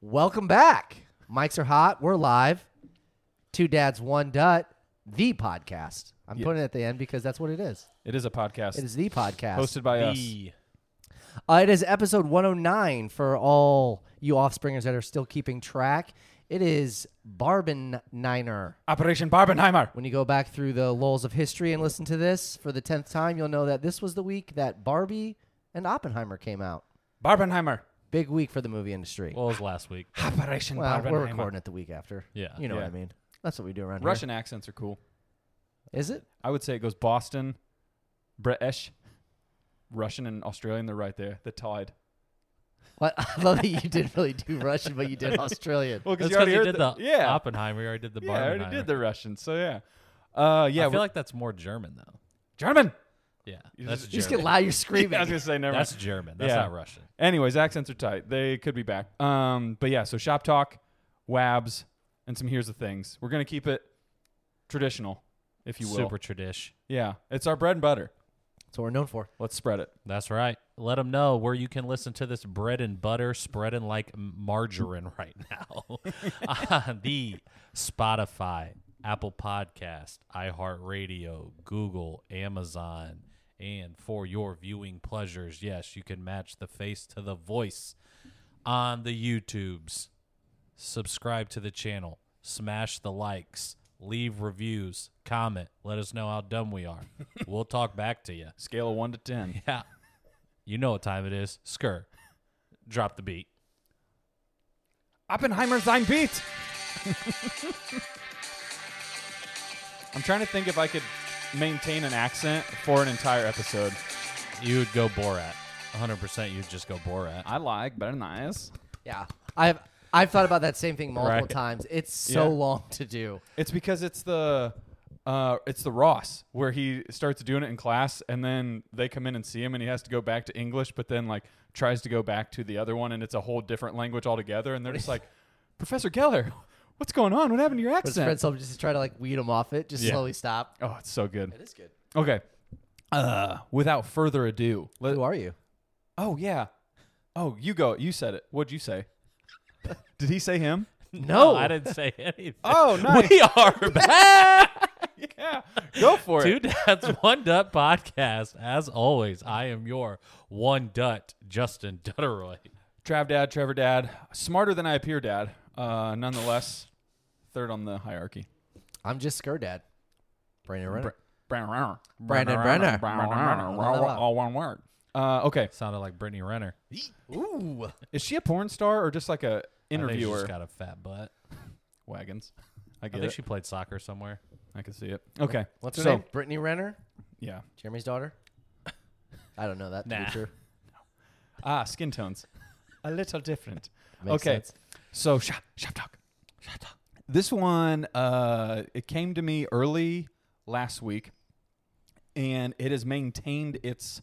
Welcome back. Mics are hot. We're live. Two dads, one dut. The podcast. I'm Yeah. putting it at the end because that's what it is. It is a podcast It is the podcast. hosted by us. Uh, it is episode 109 for all you offspringers that are still keeping track. It is Barben Niner. Operation Barbenheimer. When you go back through the lulls of history and listen to this for the 10th time, you'll know that this was the week that Barbie and Oppenheimer came out. Barbenheimer. Big week for the movie industry. Well, it was last week. Operation Well, Barbenheimer. we're recording it the week after. Yeah. You know what Yeah. I mean. That's what we do around Russian accents are cool. here. Is it? I would say it goes Boston, British, Russian, and Australian. They're right there. They're tied. What? I love that you didn't really do Russian, but you did Australian. Well, That's you because already you heard did the, yeah. Oppenheimer. You already did the yeah, I Barbenheimer. already did the Russian. So yeah, uh, yeah. I we're- feel like that's more German though. German. Yeah, You that's just- You just German. get loud, you're Yeah, screaming. I was gonna say never. that's mind. German. That's Yeah. not Russian. Anyways, accents are tight. They could be back. Um, but yeah. So shop talk, wabs, and some here's the things. We're gonna keep it traditional, if you will. Super tradish. Yeah, it's our bread and butter. That's what we're known for. Let's spread it. That's right. Let them know where you can listen to this bread and butter spreading like m- margarine right now on the Spotify, Apple Podcast, iHeartRadio, Google, Amazon, and for your viewing pleasures. Yes, you can match the face to the voice on the YouTubes. Subscribe to the channel, smash the likes, leave reviews, comment, let us know how dumb we are. we'll talk back to you. Scale of one to ten. Yeah. You know what time it is. Skr. Drop the beat. Oppenheimer sein Beat. I'm trying to think if I could maintain an accent for an entire episode. You would go Borat. 100% you'd just go Borat. I like better nice. Yeah. I've I've thought about that same thing multiple Right. times. It's so Yeah. long to do. It's because it's the uh, it's the Ross where he starts doing it in class, and then they come in and see him, and he has to go back to English, but then like tries to go back to the other one, and it's a whole different language altogether. And they're just like, Professor Geller, what's going on? What happened to your But his friends accent? told him just to try to like weed him off it, just Yeah. slowly stop. Oh, it's so good. It is good. Okay. Uh, without further ado, let, Who are you? Oh yeah. Oh, you go. You said it. What'd you say? Did he say him? No. I didn't say anything. Oh, nice. We are back. yeah. Go for Two it. Dads, One Dut podcast. As always, I am your one Dut, Justin Dutteroy. Trav Dad, Trevor Dad, smarter than I appear, Dad. Uh, nonetheless, third on the hierarchy. I'm just Skur Dad. Brandon Renner. Brandon Brandon Brenner. All one word. Uh, okay. Sounded like Brittany Renner. Ooh. Is she a porn star or just like a I think she interviewer? just got a fat butt. Wagons. I I get think it. she played soccer somewhere. I can see it. Okay. What's her so, name? Brittany Renner? Yeah. Jeremy's daughter? I don't know that to be Nah. true. Ah, skin tones. a little different. Makes okay. sense. So shop shop talk. Shop talk. This one uh it came to me early last week and it has maintained its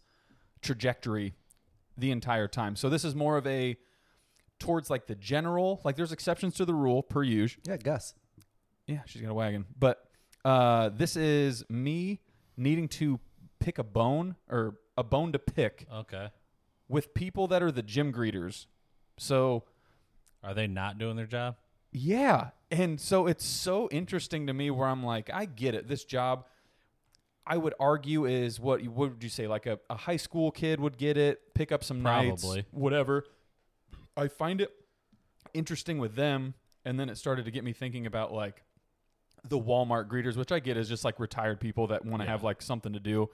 trajectory the entire time. So this is more of a towards like the general, like there's exceptions to the rule per usual. Yeah, Gus. Yeah, she's got a wagon. But uh this is me needing to pick a bone or a bone to pick Okay. with people that are the gym greeters. So Are they not doing their job? Yeah. And so it's so interesting to me where I'm like, I get it. This job, I would argue, is what, you- what would you say? Like a, a high school kid would get it, pick up some Probably. nights, whatever. I find it interesting with them. And then it started to get me thinking about like the Walmart greeters, which I get is just like retired people that want to have like something to do.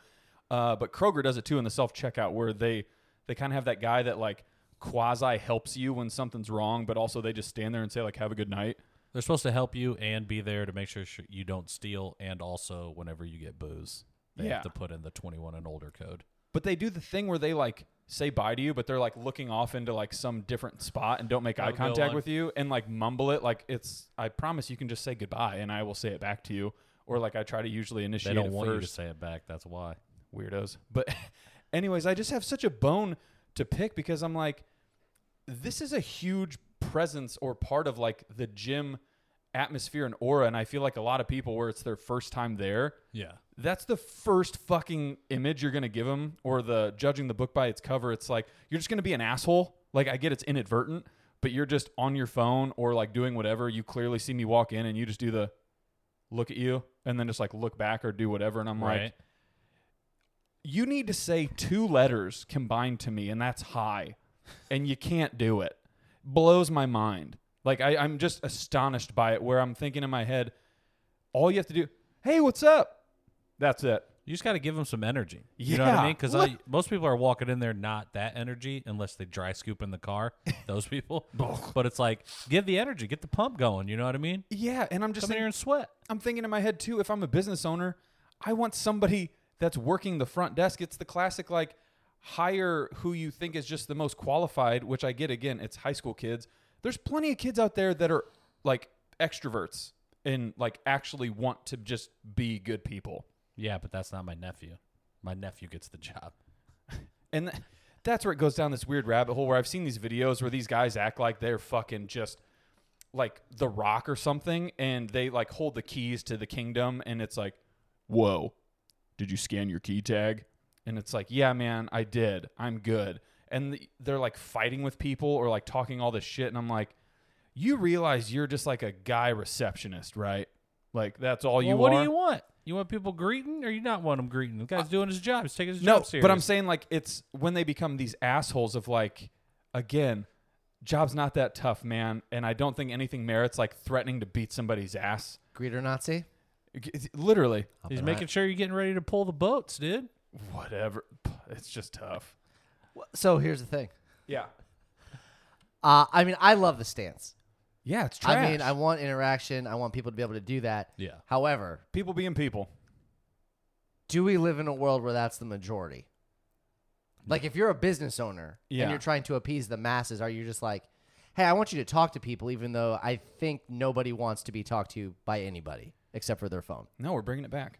Uh, but Kroger does it too in the self checkout where they they kind of have that guy that like quasi helps you when something's wrong, but also they just stand there and say like have a good night. They're supposed to help you and be there to make sure sh- you don't steal, and also whenever you get booze, they Yeah. have to put in the 21 and older code. But they do the thing where they like say bye to you, but they're like looking off into like some different spot and don't make That'll eye go contact on. with you and like mumble it like it's I promise you can just say goodbye and I will say it back to you. Or like I try to usually They initiate don't it want you to first. say it back. That's why. weirdos. But anyways, I just have such a bone to pick because I'm like, this is a huge presence or part of like the gym atmosphere and aura. And I feel like a lot of people where it's their first time there, Yeah. that's the first fucking image you're gonna give them, or the judging the book by its cover. It's like you're just gonna be an asshole. Like I get it's inadvertent, but you're just on your phone or like doing whatever, you clearly see me walk in and you just do the look at you and then just like look back or do whatever. And I'm like, right? you need to say two letters combined to me, and that's high. And you can't do it. Blows my mind. Like I, I'm just astonished by it where I'm thinking in my head, all you have to do, hey, what's up? That's it. You just got to give them some energy. You know what I Yeah. mean? Because most people are walking in there not that energy unless they dry scoop in the car. Those people. but it's like give the energy, get the pump going. You know what I mean? Yeah, and I'm just Come in thinking- here and sweat. I'm thinking in my head too, if I'm a business owner, I want somebody that's working the front desk. It's the classic like hire who you think is just the most qualified, which I get again, it's high school kids. There's plenty of kids out there that are like extroverts and like actually want to just be good people. Yeah, but that's not my nephew. My nephew gets the job. And th- that's where it goes down this weird rabbit hole where I've seen these videos where these guys act like they're fucking just like the rock or something and they like hold the keys to the kingdom and it's like, "Whoa. Did you scan your key tag?" And it's like, "Yeah, man, I did. I'm good." And the, they're like fighting with people or like talking all this shit and I'm like, "You realize you're just like a guy receptionist, right?" Like that's all you well, what are. do you want? You want people greeting, or you not want them greeting? The guy's doing his job. He's taking his no, job serious. but I'm saying like it's when they become these assholes of like, again, job's not that tough, man. And I don't think anything merits like threatening to beat somebody's ass. Greeter Nazi. It's- Literally, Up he's and making right. sure you're getting ready to pull the boats, dude. whatever. It's just tough. So here's the thing. Yeah. Uh, I mean, I love the stance. Yeah, it's trash. I mean, I want interaction. I want people to be able to do that. Yeah. However, people being people. do we live in a world where that's the majority? Like, if you're a business owner Yeah. and you're trying to appease the masses, are you just like, hey, I want you to talk to people, even though I think nobody wants to be talked to by anybody except for their phone? No, we're bringing it back.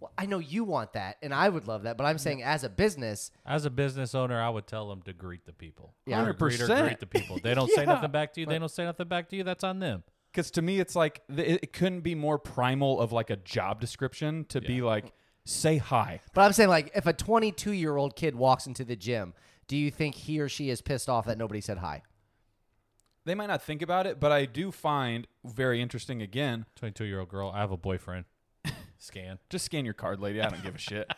Well, I know you want that, and I would love that, but I'm saying as a business, As a business owner, I would tell them to greet the people. Yeah. Or greet or 100%. greet the people. They don't say Yeah. nothing back to you. They don't say nothing back to you. That's on them. Because to me, it's like th- it it couldn't be more primal of like a job description to be like, say hi. but I'm saying like if a 22 year old kid walks into the gym, do you think he or she is pissed off that nobody said hi? They might not think about it, but I do find very interesting again 22 year old girl. I have a boyfriend. Scan. just scan your card, lady. I don't give a shit.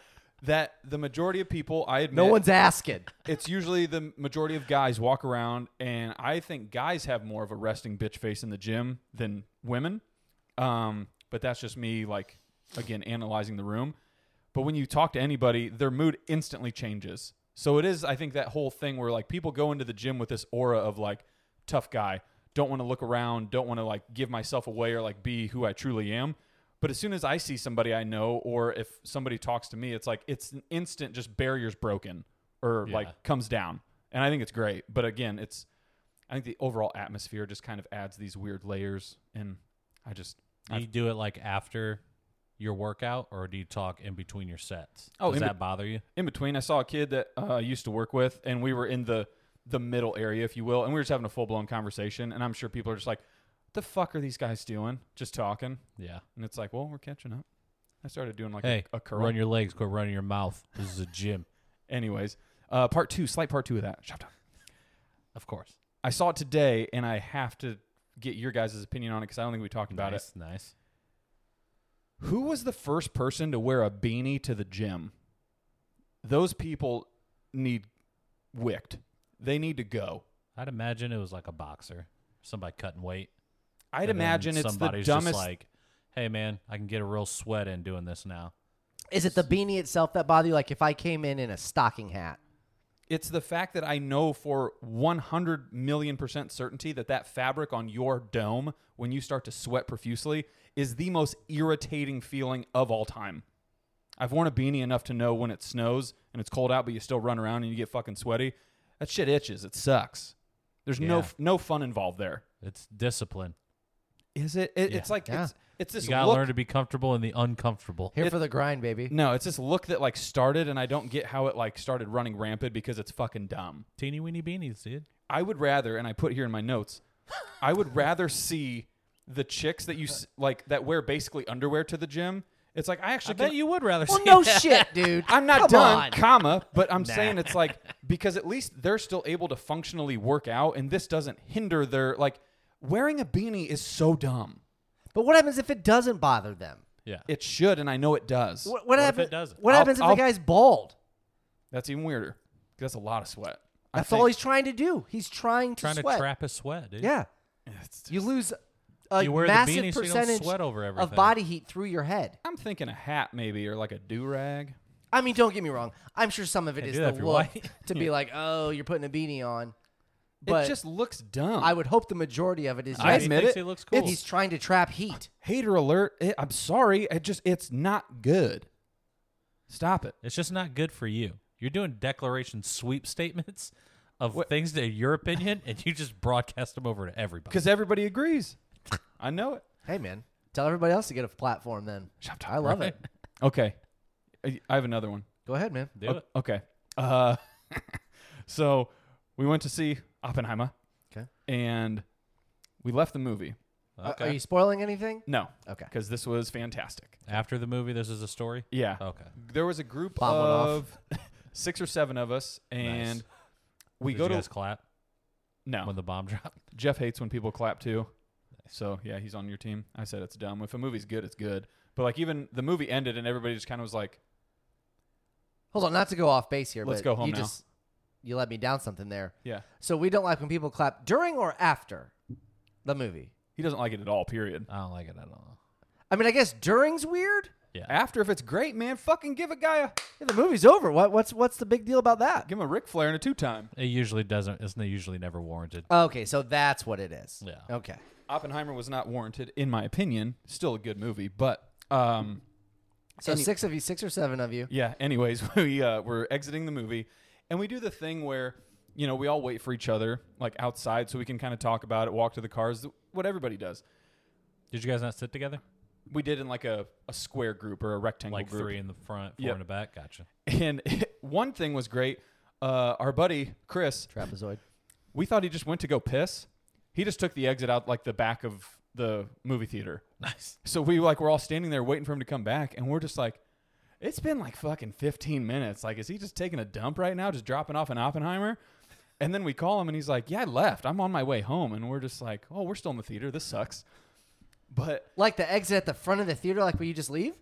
That the majority of people, I admit, No one's asking. it's usually the majority of guys walk around, and I think guys have more of a resting bitch face in the gym than women. Um, but that's just me, like, again, analyzing the room. But when you talk to anybody, their mood instantly changes. So it is, I think, that whole thing where, like, people go into the gym with this aura of, like, tough guy, don't want to look around, don't want to, like, give myself away or, like, be who I truly am. But as soon as I see somebody I know, or if somebody talks to me, it's like, it's an instant, just barriers broken or, Yeah. like, comes down. And I think it's great. But again, it's, I think the overall atmosphere just kind of adds these weird layers. And I just, Do you do it like after your workout or do you talk in between your sets? Oh, Does in that bother you? in between, I saw a kid that uh, I used to work with, and we were in the the middle area, if you will, and we were just having a full blown conversation. And I'm sure people are just like, "The fuck are these guys doing? Just talking?" Yeah. And it's like, "Well, we're catching up." I started doing like Hey, a, a curl. run your legs, go run your mouth. This is a gym. Anyways, uh, part two, slight part two of that. Shop talk. Of course. I saw it today, and I have to get your guys' opinion on it because I don't think we talked about nice, nice. it. Who was the first person to wear a beanie to the gym? Those people need wicked. They need to go. I'd imagine it was like a boxer, somebody cutting weight. I'd and then imagine it's the somebody's dumbest. Just like, hey man, I can get a real sweat in doing this now. Is it the beanie itself that bother you? Like if I came in in a stocking hat, It's the fact that I know for 100 million percent certainty that that fabric on your dome, when you start to sweat profusely, is the most irritating feeling of all time. I've worn a beanie enough to know when it snows and it's cold out, but you still run around and you get fucking sweaty. That shit itches. It sucks. There's no Yeah. no fun involved there. It's discipline. Is it? it Yeah. It's like it's, it's this You gotta look. learn to be comfortable in the uncomfortable. here It- for the grind, baby. no, it's this look that like started, and I don't get how it like started running rampant because it's fucking dumb. Teeny weeny beanies, dude. I would rather, and I put here in my notes, I would rather see the chicks that you s- like that wear basically underwear to the gym It's like I actually I bet can- you would rather Well, see no that. shit, dude. I'm not Come done, on. comma, but I'm saying it's like because at least they're still able to functionally work out, and this doesn't hinder their like wearing a beanie is so dumb. But what happens if it doesn't bother them? Yeah. It should, and I know it does. What, if happens? it doesn't? What I'll- happens if I'll- the guy's bald? That's even weirder. 'cause That's a lot of sweat. I That's think- all he's trying to do. He's trying to Trying sweat. to trap a sweat, dude. Yeah, It's- you lose a You wear the massive beanie so you don't percentage sweat over of everything. body heat through your head. I'm thinking a hat maybe or like a do rag. I mean, don't get me wrong. I'm sure some of it is do that the if you're look white. to be like, oh, you're putting a beanie on. But It just looks dumb. I would hope the majority of it is I just admit thinks it. he looks It's- cool. he's trying to trap heat. hater alert. It, I'm sorry. It just it's not good. Stop it. It's just not good for you. You're doing declaration sweep statements of things that are your opinion, and you just broadcast them over to everybody. Because everybody agrees. I know it. Hey, man, tell everybody else to get a platform then. I love it. Okay. I I have another one. Go ahead, man. Do O- it. Okay. Uh, so we went to see Oppenheimer. 'Kay. And we left the movie. Uh, Okay. are you spoiling anything? No. Okay. Because this was fantastic. After the movie, this is a story. Yeah. Okay. There was a group Bomb went off. of six or seven of us, and Nice. we Did go you to guys clap no. when the bomb dropped. Jeff hates when people clap too. So yeah, he's on your team. I said it's dumb. If a movie's good, it's good. But like even the movie ended and everybody just kind of was like, Hold on, not to go off base here. Let's but go home you now. Just, you let me down something there. yeah, So we don't like when people clap during or after the movie. he doesn't like it at all. Period. I don't like it at all. I mean, I guess during's weird. After if it's great, man, fucking give a guy a Yeah, the movie's over. What, what's what's the big deal about that? give him a Ric Flair and a two time. It usually doesn't. Isn't it usually never warranted? Okay, so that's what it is. Yeah. Okay. Oppenheimer was not warranted, in my opinion. Still a good movie, but um, So Any- six of you, six or seven of you. Yeah. Anyways, we uh, we're exiting the movie, and we do the thing where you know we all wait for each other like outside so we can kind of talk about it, walk to the cars, what everybody does. Did you guys not sit together? We did in like a, a square group or a rectangle Like group. three in the front, four Yep. in the back. Gotcha. And one thing was great. Uh, our buddy Chris, Trapezoid. we thought he just went to go piss. He just took the exit out like the back of the movie theater. Nice. So we like we're all standing there waiting for him to come back, and we're just like, it's been like fucking 15 minutes. Like, is he just taking a dump right now, just dropping off an Oppenheimer? And then we call him, and he's like, yeah, I left. I'm on my way home. And we're just like, oh, we're still in the theater. This sucks. But Like the exit at the front of the theater, like where you just leave?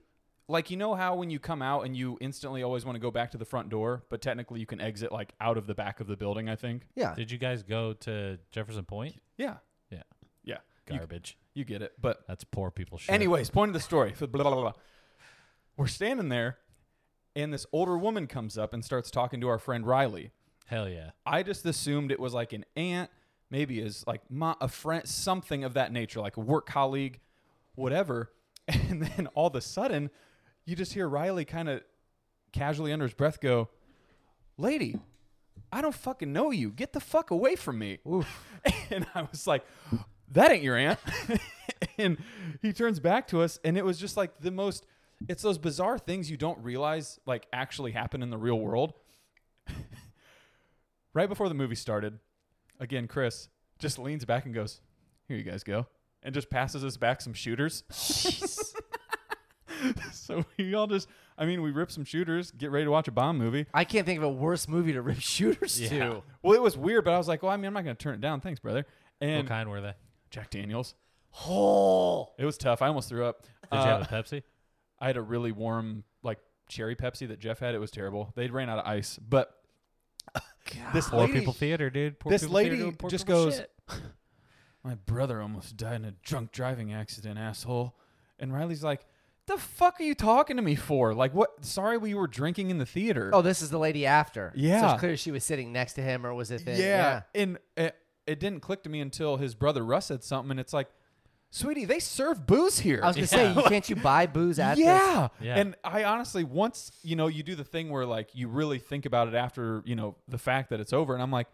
like you know how when you come out and you instantly always want to go back to the front door, but technically you can exit like out of the back of the building. I think. Yeah. Did you guys go to Jefferson Point? Yeah. Yeah. Yeah. You- Garbage. You, get it. But That's poor people shit. anyways, point of the story. Blah, blah, blah, blah. We're standing there, and this older woman comes up and starts talking to our friend Riley. Hell yeah. I just assumed it was like an aunt, maybe is like ma- a friend, something of that nature, like a work colleague, whatever. And then all of a sudden, you just hear Riley kind of casually under his breath go, "Lady, I don't fucking know you. Get the fuck away from me." And I was like, "That ain't your aunt." and he turns back to us, and it was just like the most. It's those bizarre things you don't realize like actually happen in the real world right before the movie started, again, Chris just leans back and goes, Here you guys go. And just passes us back some shooters. so we all just, I mean, we rip some shooters, get ready to watch a bomb movie. I can't think of a worse movie to rip shooters Yeah. to. Well, it was weird, but I was like, Well, I mean, I'm not going to turn it down. Thanks, brother. And what kind were they? Jack Daniels. Oh. It was tough. I almost threw up. Did Uh, you have a Pepsi? I had a really warm, like, cherry Pepsi that Jeff had. It was terrible. They ran out of ice. But this Poor lady- people theater, dude. Poor this people theater lady doing poor just people goes, shit. My brother almost died in a drunk driving accident, asshole. And Riley's like, The fuck are you talking to me for? Like, what? Sorry, we were drinking in the theater. Oh, this is the lady after. So Yeah. it's clear she was sitting next to him or was it yeah. thin? And it, it didn't click to me until his brother Russ said something. And it's like, Sweetie, they serve booze here. I was gonna Yeah. say, you can't you buy booze at this? yeah. Yeah. And I honestly, once, you know, you do the thing where like you really think about it after, you know, the fact that it's over. And I'm like,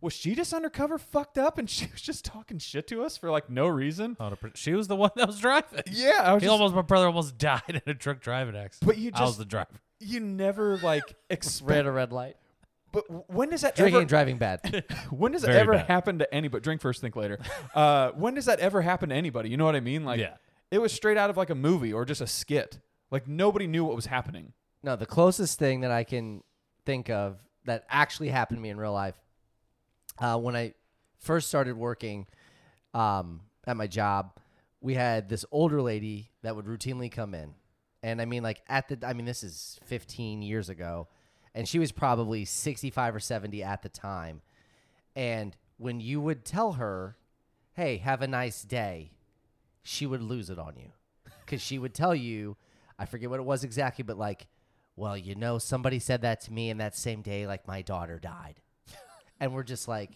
was she just undercover fucked up and she was just talking shit to us for like no reason? Oh, the pr- She was the one that was driving. Yeah. I was He just, almost, my brother almost died in a drunk driving accident. But you I was just- the driver. you never like expect Red or red light. But w- when does that Drinking ever? and driving bad. when does it Very ever bad. happen to anybody? Drink first, think later. Uh, when does that ever happen to anybody? You know what I mean? Like, Yeah. it was straight out of like a movie or just a skit. Like nobody knew what was happening. No, the closest thing that I can think of that actually happened to me in real life uh, when I first started working um, at my job, we had this older lady that would routinely come in, and I mean, like at the, I mean, this is 15 years ago, and she was probably 65 or 70 at the time, and when you would tell her, "Hey, have a nice day," she would lose it on you because she would tell you, I forget what it was exactly, but like, well, you know, somebody said that to me, and that same day, like, my daughter died. and we're just like,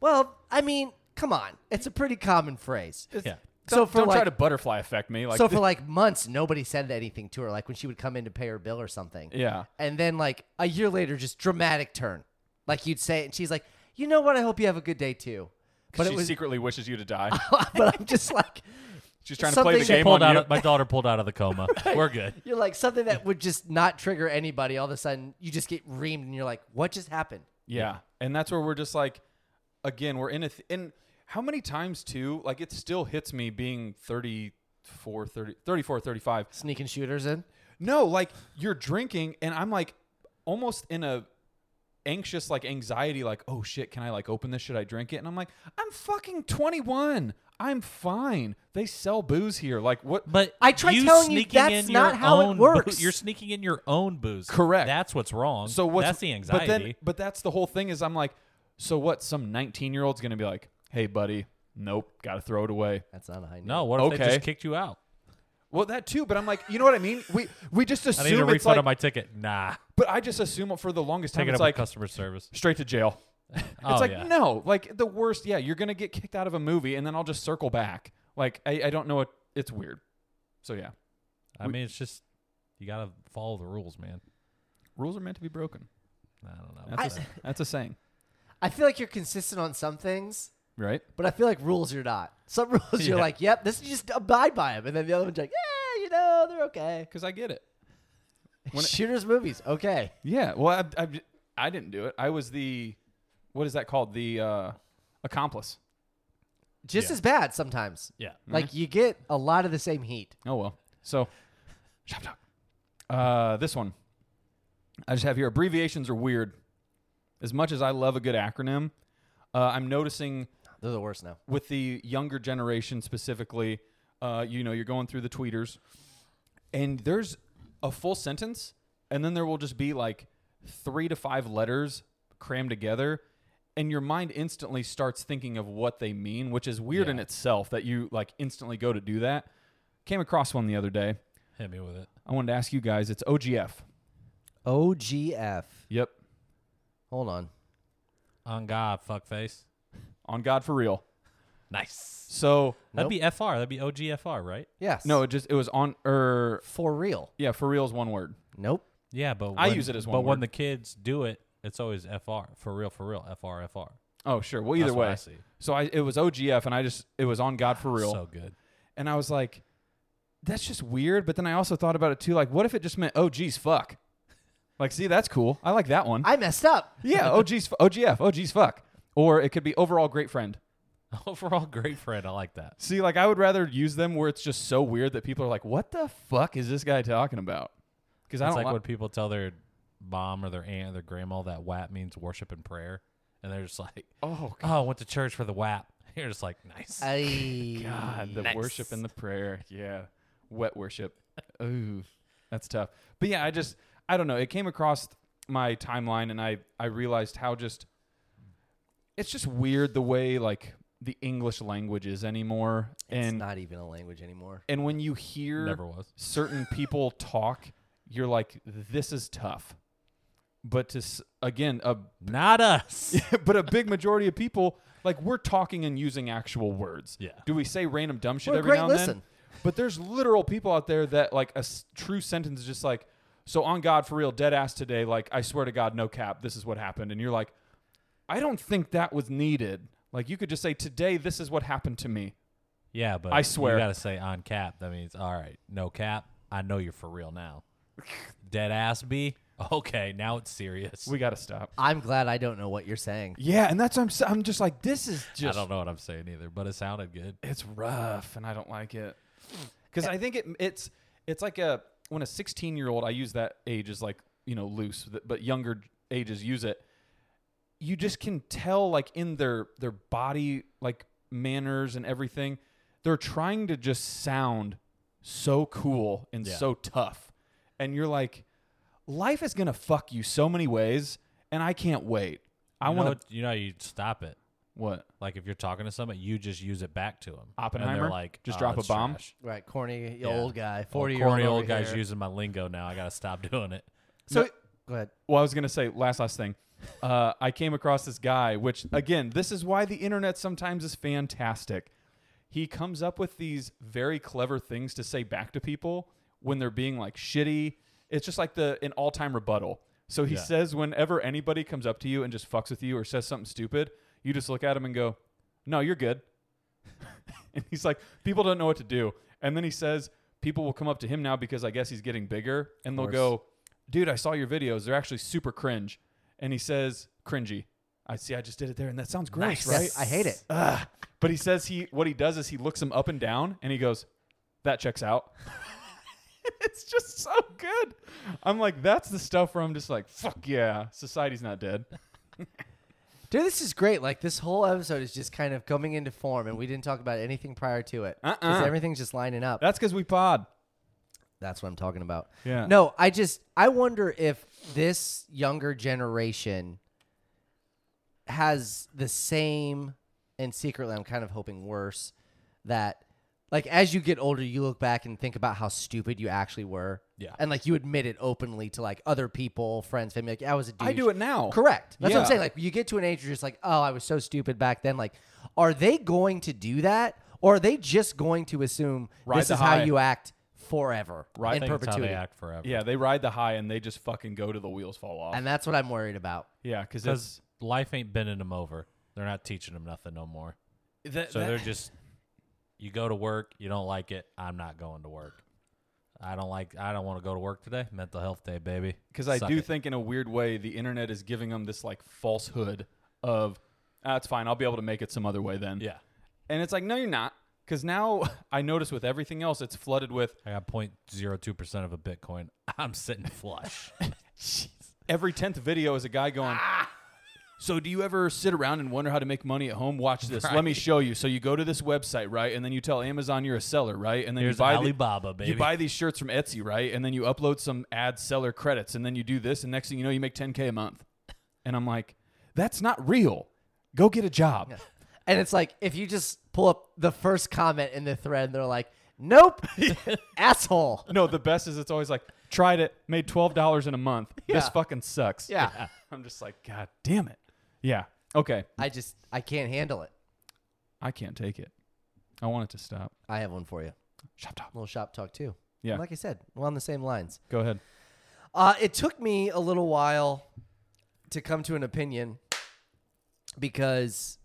well, I mean, come on. It's a pretty common phrase. Yeah. So for Don't like, try to butterfly affect me. Like so for like months, nobody said anything to her, like when she would come in to pay her bill or something. yeah. And then like a year later, just dramatic turn. Like you'd say it, and she's like, you know what? I hope you have a good day too. But she it was, secretly wishes you to die. but I'm just like, She's trying to play the Something- She game Pulled on out you. of, my daughter pulled out of the coma. We're good. You're like something that would just not trigger anybody. All of a sudden, you just get reamed, and you're like, "What just happened?" Yeah. And that's where we're just like, again, we're in a, th- and how many times too, like it still hits me being 34, 30, 34, 35. Sneaking shooters in. No, like you're drinking and I'm like almost in a anxious, like anxiety, like, oh shit, can I like open this? Should I drink it? And I'm like, I'm fucking 21. I'm fine. They sell booze here. Like what? But I tried you telling you sneaking that's in not your how it own works. boo- you're sneaking in your own booze. Correct. That's what's wrong. So what's that's the But then, anxiety. but that's the whole thing is I'm like, so what? Some 19 year old's gonna be like, hey buddy, nope, gotta throw it away. That's not a high note. no, what if they Okay. just kicked you out? Well, that too, but I'm like, you know what I mean? We we just I need a assume refund it's like, on my ticket. Nah, but I just assume for the longest time take it up it's like with customer service. straight to jail. it's Oh, like yeah. no, like the worst. Yeah, you're gonna get kicked out of a movie, and then I'll just circle back. Like I, I don't know what it's weird. So yeah, I mean, it's just you gotta follow the rules, man. rules are meant to be broken. I don't know. That's, a that's a saying, I feel like you're consistent on some things, right? but I feel like rules you're not. Some rules you're Yeah. like, "Yep, this is just abide by them," and then the other one's like, "Yeah, you know, they're okay." Because I get it. When it- shooters movies, okay. Yeah. Well, I, I I didn't do it. I was the what is that called? The uh, accomplice. Just Yeah. as bad sometimes. yeah. Mm-hmm. Like you get a lot of the same heat. Oh well. So, shop talk. Uh, this one. I just have here. Abbreviations are weird. As much as I love a good acronym, uh, I'm noticing They're the worst now. with the younger generation specifically. Uh, you know, you're going through the tweeters, and there's a full sentence, and then there will just be like three to five letters crammed together, and your mind instantly starts thinking of what they mean, which is weird in Yeah. itself that you like instantly go to do that. Came across one the other day. Hit me with it. I wanted to ask you guys. It's OGF. OGF. Yep. Hold on. On God, fuckface. On God for real. Nice. So That'd be FR. That'd be OGFR, right? Yes. no, it just it was on or For real. yeah, for real is one word. Nope. Yeah, but I when- use it as But one when word. the kids do it, it's always FR for real, for real. FR, FR. Oh sure. Well, either That's way. what I see. So I it was OGF and I just it was on God for real. So good. and I was like, that's just weird. But then I also thought about it too. Like, what if it just meant oh geez fuck? Like, see, that's cool. I like that one. I messed up. yeah. Oh geez. fu- OGF. Oh geez fuck. Or it could be overall great friend. Overall, great friend. I like that. See, like I would rather use them where it's just so weird that people are like, "What the fuck is this guy talking about?" Because I It's don't like li- when people tell their mom or their aunt or their grandma that WAP means worship and prayer, and they're just like, Oh "Oh, I went to church for the WAP." You're just like, "Nice." Ay. God, the Nice. worship and the prayer. Yeah. Wet worship. Ooh. That's tough. But yeah, I just I don't know. It came across my timeline and I I realized how just it's just weird the way like the English language is anymore. It's and not even a language anymore. and when you hear Never was. certain people talk, you're like this is tough. But to s- again, a Not us. but a big majority of people like we're talking and using actual words. Yeah. Do we say random dumb shit Well, every great now and listen. then? But there's literal people out there that like a s- true sentence is just like, so on God for real, dead ass today. Like I swear to God, no cap, this is what happened, and you're like, I don't think that was needed. Like you could just say today, this is what happened to me. Yeah, but I swear. you gotta say on cap. That means all right, no cap. I know you're for real now. Dead ass B. Okay, now it's serious. We got to stop. I'm glad I don't know what you're saying. Yeah, and that's what I'm. s- I'm just like this is just. I don't know what I'm saying either, but it sounded good. it's rough and I don't like it. Cuz I think it it's it's like a when a 16 year old, I use that age as like you know loose, th- but younger ages use it. You just can tell like in their their body like manners and everything, they're trying to just sound so cool and Yeah. so tough, and you're like, life is gonna fuck you so many ways, and I can't wait. I You know want to what- You know, you stop it. what Like if you're talking to somebody, you just use it back to them. and Oppenheimer? they're like, Just "Oh, drop a that's bomb?" trash. Right, corny you Yeah. old guy, Oh, forty year old. corny old guys here. using my lingo now. I gotta stop doing it. So No. go ahead. Well, I was gonna say last last thing. Uh, I came across this guy, which again, this is why the internet sometimes is fantastic. He comes up with these very clever things to say back to people when they're being like shitty. It's just like the an all time rebuttal. So he Yeah. says whenever anybody comes up to you and just fucks with you or says something stupid, you just look at him and go, "No, you're good." and he's like, "People don't know what to do." And then he says, "People will come up to him now because I guess he's getting bigger, and they'll course. go." dude, I saw your videos. They're actually super cringe. And he says, cringy. I see. I just did it there, and that sounds gross, right? I hate it. Uh, Ugh. But he says he what he does is he looks him up and down, and he goes, that checks out. it's just so good. I'm like, that's the stuff where I'm just like, fuck yeah, society's not dead. Dude, this is great. Like this whole episode is just kind of coming into form, and we didn't talk about anything prior to it. 'Cause Uh-uh. everything's just lining up. That's because we pod. That's what I'm talking about. Yeah. No, I just I wonder if this younger generation has the same, and secretly I'm kind of hoping worse that. Like as you get older, you look back and think about how stupid you actually were. Yeah. And like you admit it openly to like other people, friends, family. Like I was a douche. I do it now. Correct. That's what Yeah. I'm saying. Like you get to an age where you're just like, oh, I was so stupid back then. Like, are they going to do that? Or are they just going to assume Ride this the is high. how you act forever Right. in I I think that's how perpetuity? they act forever. Yeah, they ride the high and they just fucking go to the wheels fall off. And that's what I'm worried about. yeah, because because life ain't bending them over. They're not teaching them nothing no more. So they're just you go to work, you don't like it. I'm not going to work. I don't like. I don't want to go to work today. Mental health day, baby. because I Suck do it. think in a weird way the internet is giving them this like falsehood of that's fine, I'll be able to make it some other way then. Yeah, and it's like no, you're not, because now I notice with everything else it's flooded with I got 0.02 percent of a Bitcoin. I'm sitting flush. every tenth video is a guy going. Ah. So do you ever sit around and wonder how to make money at home? Watch this. Let me show you. So you go to this website, right? And then you tell Amazon you're a seller, right? And then Here's you buy the- Alibaba, baby. You buy these shirts from Etsy, right? And then you upload some ad seller credits, and then you do this, and next thing you know, you make 10k a month. And I'm like, that's not real. Go get a job. And it's like if you just pull up the first comment in the thread and they're like, Nope, asshole. No, the best is it's always like, tried it, made twelve dollars in a month. This fucking sucks. Yeah. I'm just like, God damn it. Yeah. Okay. I just I can't handle it. I can't take it. I want it to stop. I have one for you. Shop top. little shop talk too. Yeah. Like I said, we're on the same lines. Go ahead. Uh, it took me a little while to come to an opinion because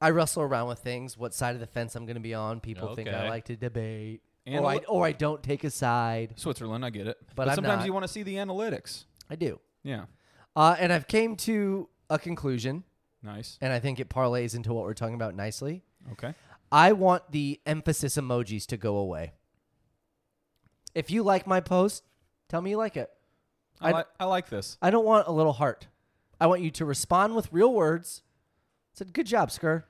I wrestle around with things, what side of the fence I'm going to be on. People think I Okay. like to debate, And or, I, look- or I don't take a side. Switzerland, I get it. But, I'm sometimes not. you want to see the analytics. I do. Yeah. Uh, and I've came to a conclusion, Nice. and I think it parlays into what we're talking about nicely. Okay. I want the emphasis emojis to go away. If you like my post, tell me you like it. I, I- li- I like this. I don't want a little heart. I want you to respond with real words. Said, good job, Skr.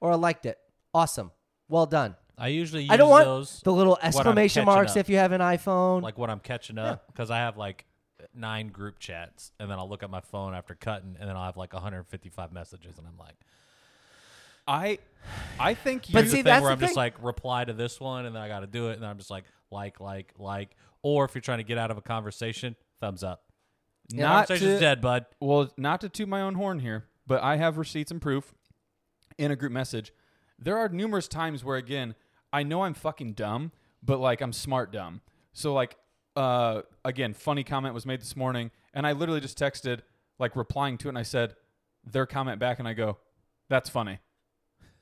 Or I liked it. Awesome. Well done. I usually use I don't want those the little I'm exclamation catching marks up. if you have an iPhone. like when I'm catching up because I have like nine group chats and then I'll look at my phone after cutting and then I'll have like 155 messages and I'm like, I I think you But do see, the thing that's where the I'm just thing. like reply to this one and then I got to do it and then I'm just like like like like or if you're trying to get out of a conversation, thumbs up. not Conversation's Uh, to, dead, bud. well, not to toot my own horn here, but I have receipts and proof in a group message. There are numerous times where, again, I know I'm fucking dumb, but like I'm smart dumb. So, like, uh, again, funny comment was made this morning, and I literally just texted, like, replying to it, and I said their comment back, and I go, "That's funny."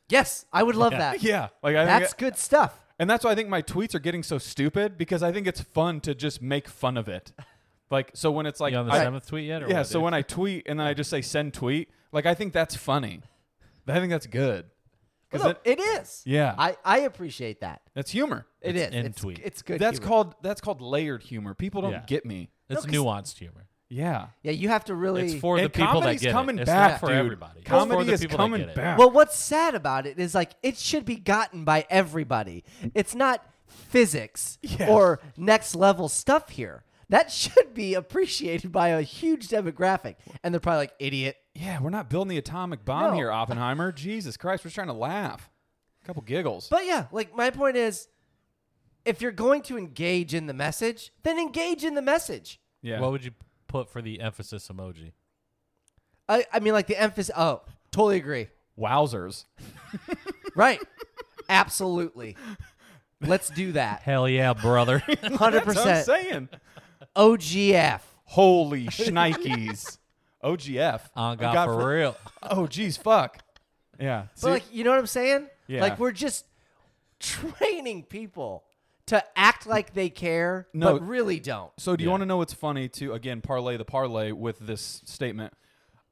yes, I would love that. Yeah, like I That's think, good stuff. and that's why I think my tweets are getting so stupid because I think it's fun to just make fun of it. Like, so when it's like you on the I- seventh tweet yet? Or yeah, what, so dude? when I tweet and then I just say send tweet, like I think that's funny. I think that's good. Well, 'Cause no, that- it is. Yeah. I, I appreciate that. that's humor. It It's is. in it's, tweet. it's good. that's humor. called that's called layered humor. People don't Yeah. get me. It's 'cause- nuanced humor. Yeah. Yeah, you have to really. It's for the And people that comedy's get coming it. It's back, not for dude. everybody. Comedy it's for the is people coming that get back. Well, what's sad about it is like it should be gotten by everybody. It's not physics Yeah. or next level stuff here. That should be appreciated by a huge demographic. And they're probably like, idiot. Yeah, we're not building the atomic bomb No. here, Oppenheimer. Jesus Christ, we're just trying to laugh. A couple giggles. But yeah, like my point is if you're going to engage in the message, then engage in the message. yeah. What would you put for the emphasis emoji? I, I mean, like the emphasis. Oh, totally agree. Wowzers. Right. Absolutely. Let's do that. Hell yeah, brother. 100%. That's what I'm saying. OGF. Holy shnikes. OGF. On Oh, Uh, God, for for- real. Oh, geez, fuck. Yeah. But See? like, you know what I'm saying? Yeah. Like we're just training people to act like they care, No. but really don't. So, do you Yeah. want to know what's funny to again parlay the parlay with this statement?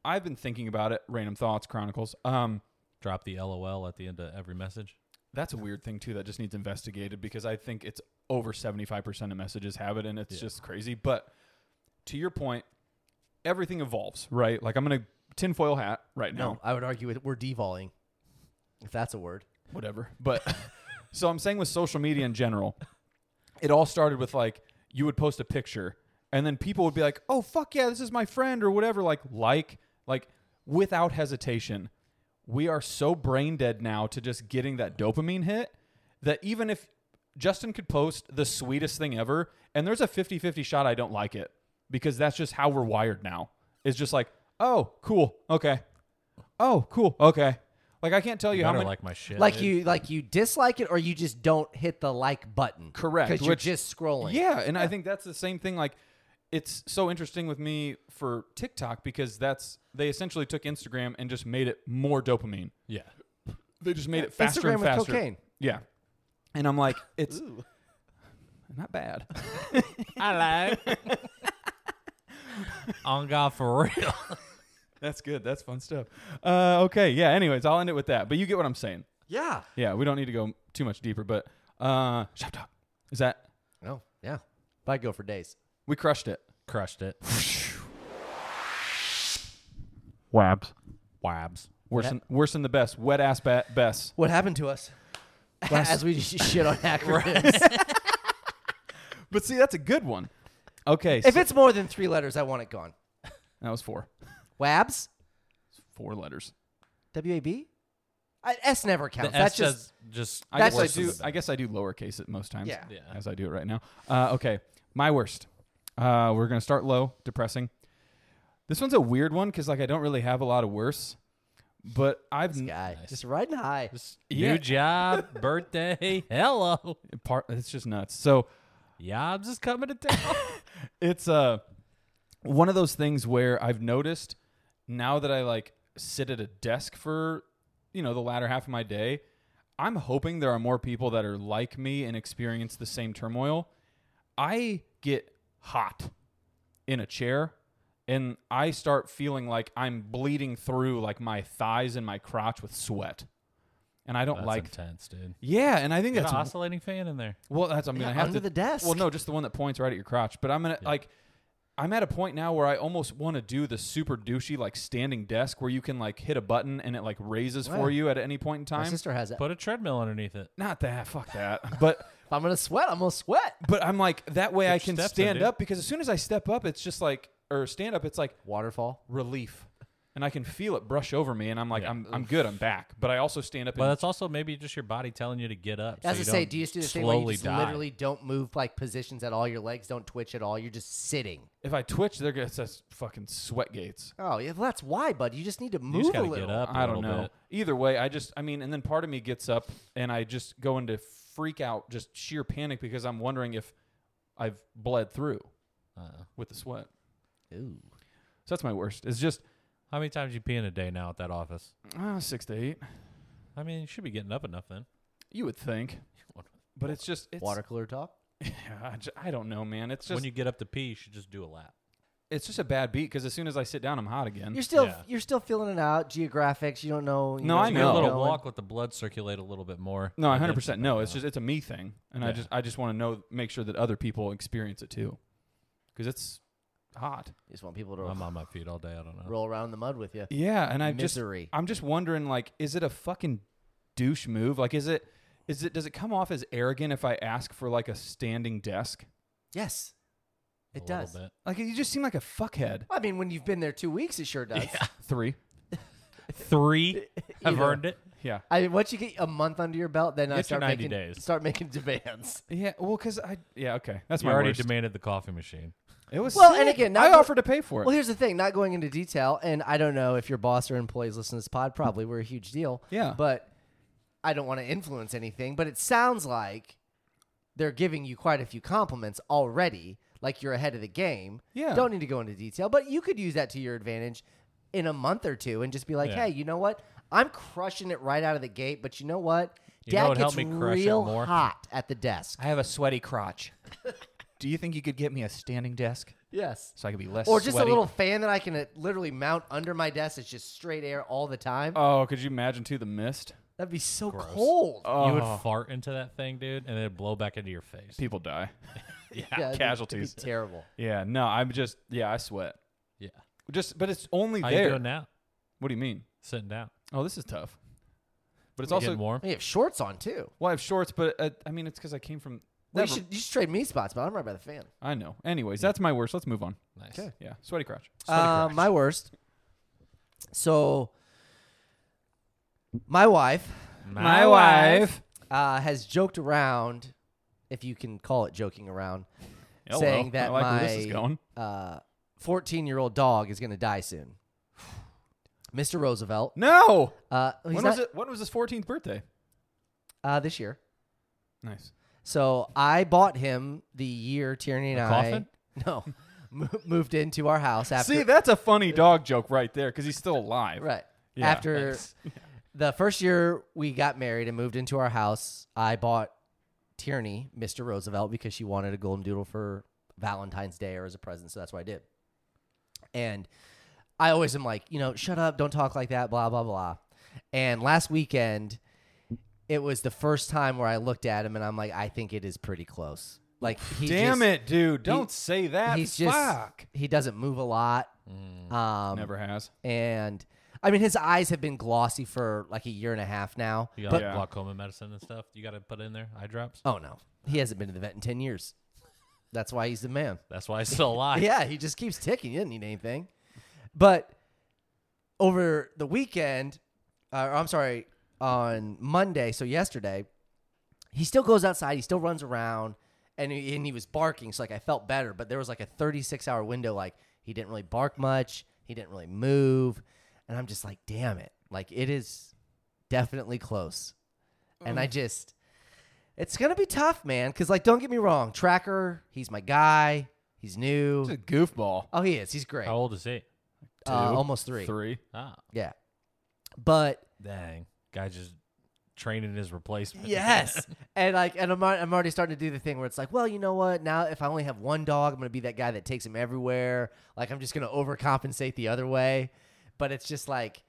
I've been thinking about it. Random thoughts, Chronicles. Um, Drop the LOL at the end of every message. that's a weird thing too that just needs investigated because I think it's over seventy five percent of messages have it, and it's just crazy. But to your point, everything evolves, right? Like I'm gonna tinfoil hat right now. No, I would argue it, we're devolving, if that's a word. whatever. But so I'm saying with social media in general, it all started with like you would post a picture and then people would be like, "Oh fuck yeah, this is my friend" or whatever like like like without hesitation. We are so brain dead now to just getting that dopamine hit that even if Justin could post the sweetest thing ever and there's a 50/50 shot I don't like it because that's just how we're wired now. It's just like, "Oh, cool. Okay. Oh, cool. Okay." Like I can't tell you You how better many like my shit. Like you, like you dislike it, or you just don't hit the like button. Correct, because you're which- just scrolling. Yeah, and I think that's the same thing. Like, it's so interesting with me for TikTok because that's they essentially took Instagram and just made it more dopamine. Yeah. They just made it faster Instagram and with faster. cocaine. Yeah, and I'm like, it's not bad. Hello. On God for real. that's good. That's fun stuff. Uh, okay, yeah. Anyways, I'll end it with that. But you get what I'm saying. yeah. Yeah, we don't need to go too much deeper. But uh, shop talk is that No, Oh, yeah. But I go for days. we crushed it. Crushed it. Wabs. Wabs. Worse, Yeah. than, worse than the best. Wet ass bat best. What happened to us? As we sh- shit on acronyms. But see, that's a good one. Okay, If so- it's more than three letters, I want it gone. that was four. Wabs, four letters. W A B. I- S never The counts. S That's just just, just I That's guess I worse than do. the I guess I do lowercase it most times. Yeah. Yeah. As I do it right now. Uh, okay, my worst. Uh, we're gonna start low, depressing. This one's a weird one because like I don't really have a lot of worse, but I've this n- guy just riding high. Just Yeah. New job, birthday, hello. part. It's just nuts. So Yobs is coming to town. it's uh one of those things where I've noticed now that I like sit at a desk for you know the latter half of my day, I'm hoping there are more people that are like me and experience the same turmoil. I get hot in a chair and I start feeling like I'm bleeding through like my thighs and my crotch with sweat. And I don't That's like intense, dude. Yeah, and I think Get an that's oscillating fan in there. well, that's I'm gonna Yeah, have under to the desk. Well, no, just the one that points right at your crotch. But I'm gonna like, I'm at a point now where I almost want to do the super douchey like standing desk where you can like hit a button and it like raises for Yeah. you at any point in My time. sister has that. Put a treadmill underneath it. Not that, fuck that. But If I'm gonna sweat. I'm gonna sweat. but I'm like that way I your can steps in, stand dude. up because as soon as I step up, it's just like or stand up, it's like Waterfall. relief. And I can feel it brush over me, and I'm like, Yeah. I'm, I'm good, I'm back. But I also stand up. But and that's also maybe just your body telling you to get up. so As I say, don't do you just do the thing where slowly you just die. literally don't move like positions at all? Your legs don't twitch at all. You're just sitting. if I twitch, there gets that's fucking sweat gates. Oh yeah, well, that's why, bud. You just need to You move just a gotta little. get up. I I don't know. Bit. Either way, I just, I mean, and then part of me gets up and I just go into freak out, just sheer panic because I'm wondering if I've bled through Uh-uh. with the sweat. Ooh. So that's my worst. It's just How many times you pee in a day now at that office? uh, six to eight. I mean, you should be getting up enough then. You would think, but it's just it's, Water cooler talk. Yeah, I, ju- I don't know, man. It's just when you get up to pee, you should just do a lap. it's just a bad beat because as soon as I sit down, I'm hot again. You're still Mm, Yeah. you're still feeling it out. Geographics, you don't know. You No, I where Get know. you're a little going. walk, let the blood circulate a little bit more. no, And then- 100 percent. No, it's just it's a me thing, and I Yeah. just I just want to know, make sure that other people experience it too, because it's hot. You just want people to I'm on my feet all day. I don't know. roll around in the mud with you. Yeah, and I just Misery. I'm just wondering, like, is it a fucking douche move? Like, is it is it does it come off as arrogant if I ask for like a standing desk? yes, A it little does. bit. Like, you just seem like a fuckhead. I mean, when you've been there two weeks, it sure does. Three. Three. I've Either. earned it. Yeah. I mean, once you get a month under your belt, then I Get your start 90 making days. start making demands. Yeah. Well, because I. Yeah. Okay. That's You my already worst. demanded the coffee machine. It was Well, and sick. again, I not- offered to pay for it. Well, here's the thing: not going into detail, and I don't know if your boss or employees listen to this pod. Probably we're a huge deal. Yeah. but I don't want to influence anything. But it sounds like they're giving you quite a few compliments already. Like you're ahead of the game. Yeah. don't need to go into detail, but you could use that to your advantage in a month or two, and just be like, Yeah. "Hey, you know what? I'm crushing it right out of the gate, but you know what?" You know Dad what gets helped me crush it real more? hot at the desk. I have a sweaty crotch. Do you think you could get me a standing desk Yes. so I could be less or just sweaty? a little fan that I can uh, literally mount under my desk. It's just straight air all the time. Oh, could you imagine too the mist? That'd be so cold. Oh, You would fart into that thing, dude, and it'd blow back into your face. people die. Yeah, it'd be- casualties. it'd be terrible. Yeah, no, I'm just yeah, I sweat. Yeah. Just but it's only How you there. doing now? What do you mean? Sitting down. Oh, this is tough. But it's You also getting warm. We have shorts on too. well, I have shorts, but uh, I mean it's because I came from. We Never- should, you should trade me spots, but I'm right by the fan. I know. Anyways, that's my worst. Let's move on. Nice. Yeah, sweaty crotch. Uh, my worst. So, my wife My wife. uh, has joked around, if you can call it joking around, Hello. saying that I like where this is my- going. 14 year old dog is going to die soon. Mr. Roosevelt. No. Uh, he's When not- was it? When was his 14th birthday? Uh, this year. Nice. So I bought him the year Tierney and A I coffin? no mo- moved into our house after See, that's a funny dog joke right there because he's still alive. right Yeah. after the first year we got married and moved into our house. I bought Tierney Mr. Roosevelt because she wanted a golden doodle for Valentine's Day or as a present, so that's what I did. And I always am like, you know, shut up, don't talk like that, blah blah blah. And last weekend, it was the first time where I looked at him and I'm like, I think it is pretty close. Like, he Damn just- it, dude! Don't say that. he's just Fuck. he doesn't move a lot. Um, Never has. And I mean, his eyes have been glossy for like a year and a half now. You got but Yeah. glaucoma medicine and stuff. You got to put in there eye drops. oh no, he hasn't been to the vet in ten years. That's why he's the man. That's why he's still alive. Yeah, he just keeps ticking. He doesn't need anything. But over the weekend, uh, or I'm sorry, on Monday, so yesterday, he still goes outside. He still runs around, and he, and he was barking. So like I felt better, but there was like a 36 hour window. Like he didn't really bark much. He didn't really move, and I'm just like, damn it! Like it is definitely close, and I Mm. just. It's gonna be tough, man. Cause like, don't get me wrong, Tracker, he's my guy. He's new. He's a goofball. Oh, he is. He's great. How Uh, old is he? Two, almost three. Three. Ah, Yeah. But dang. Guy just training his replacement. yes, and like, and I'm, al- I'm already starting to do the thing where it's like, well, you know what? Now, if I only have one dog, I'm gonna be that guy that takes him everywhere. Like, I'm just gonna overcompensate the other way. But it's just like,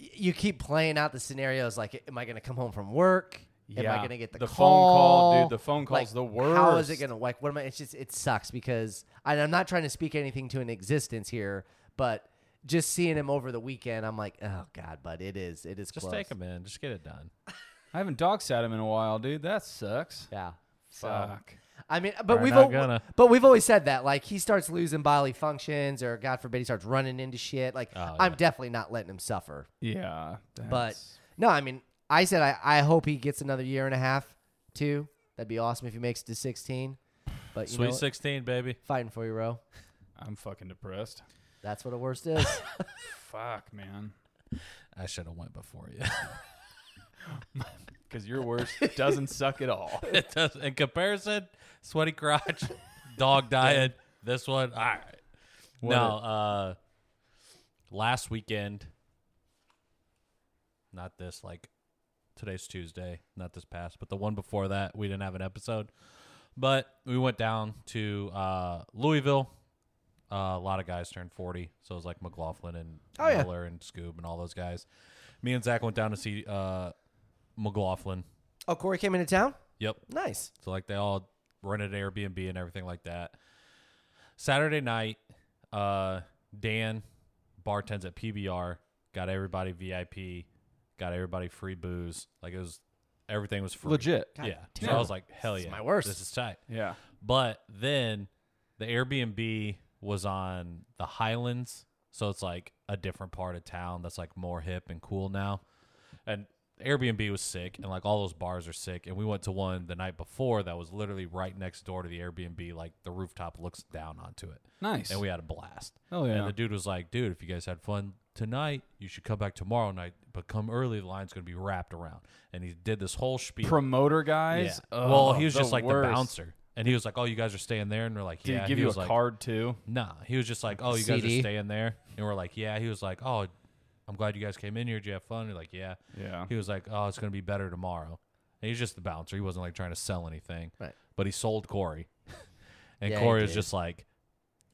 y- you keep playing out the scenarios. Like, am I gonna come home from work? Am I Yeah. gonna get the, The phone call, dude, the phone Like, call's the How is it worst. gonna like? What am I? It's just it sucks because and I'm not trying to speak anything to an existence here, but just seeing him over the weekend, I'm like, oh god, but it is it is Just close. take him in. Just get it done. I haven't dog sat him in a while, dude. That sucks. Yeah. So, Fuck. I mean, but We're we've not al- gonna. but we've always said that like he starts losing bodily functions or God forbid he starts running into shit. Like Oh, I'm yeah. definitely not letting him suffer. Yeah. But that's- no, I mean, I said I, I hope he gets another year and a half too. That'd be awesome if he makes it to 16. But you know, Sweet what? 16, baby. fighting for you, Ro. I'm fucking depressed. That's what a worst is. Fuck, man. I should have went before you. Because your worst doesn't suck at all. it does. In comparison, sweaty crotch, dog diet. This one, all right. What no, uh, last weekend, not this. Like today's Tuesday, not this past, but the one before that, we didn't have an episode. But we went down to uh, Louisville. Uh, a lot of guys turned 40, so it was like McLaughlin and Oh, yeah. Miller and Scoob and all those guys. Me and Zach went down to see uh, McLaughlin. Oh, Corey came into town. Yep. Nice. So like they all rented an Airbnb and everything like that. Saturday night, uh, Dan bartends at PBR, got everybody VIP, got everybody free booze. Like it was everything was free. Legit. yeah. damn. So I was like, hell This yeah. is my worst. This is tight. Yeah. But then the Airbnb was on the Highlands, so it's like a different part of town that's like more hip and cool now. And Airbnb was sick, and like all those bars are sick. And we went to one the night before that was literally right next door to the Airbnb. Like the rooftop looks down onto it, Nice. and we had a blast. Oh, yeah. And the dude was like, "Dude, if you guys had fun tonight, you should come back tomorrow night, but come early. The line's gonna be wrapped around." And he did this whole spiel. Promoter guys. Yeah. Ugh, well, he was just like the worst. bouncer, and he was like, "Oh, you guys are staying there," and we're like, Did "Yeah." he give he you a was like, card too? Nah, he was just like, "Oh, you guys are CD? staying there," and we're like, "Yeah." He was like, "Oh, I'm glad you guys came in here. Did you have fun?" We're like, "Yeah." Yeah. He was like, "Oh, it's gonna be better tomorrow." And he's just the bouncer. He wasn't like trying to sell anything, Right. but he sold Corey, and Yeah, he Corey was did. just like.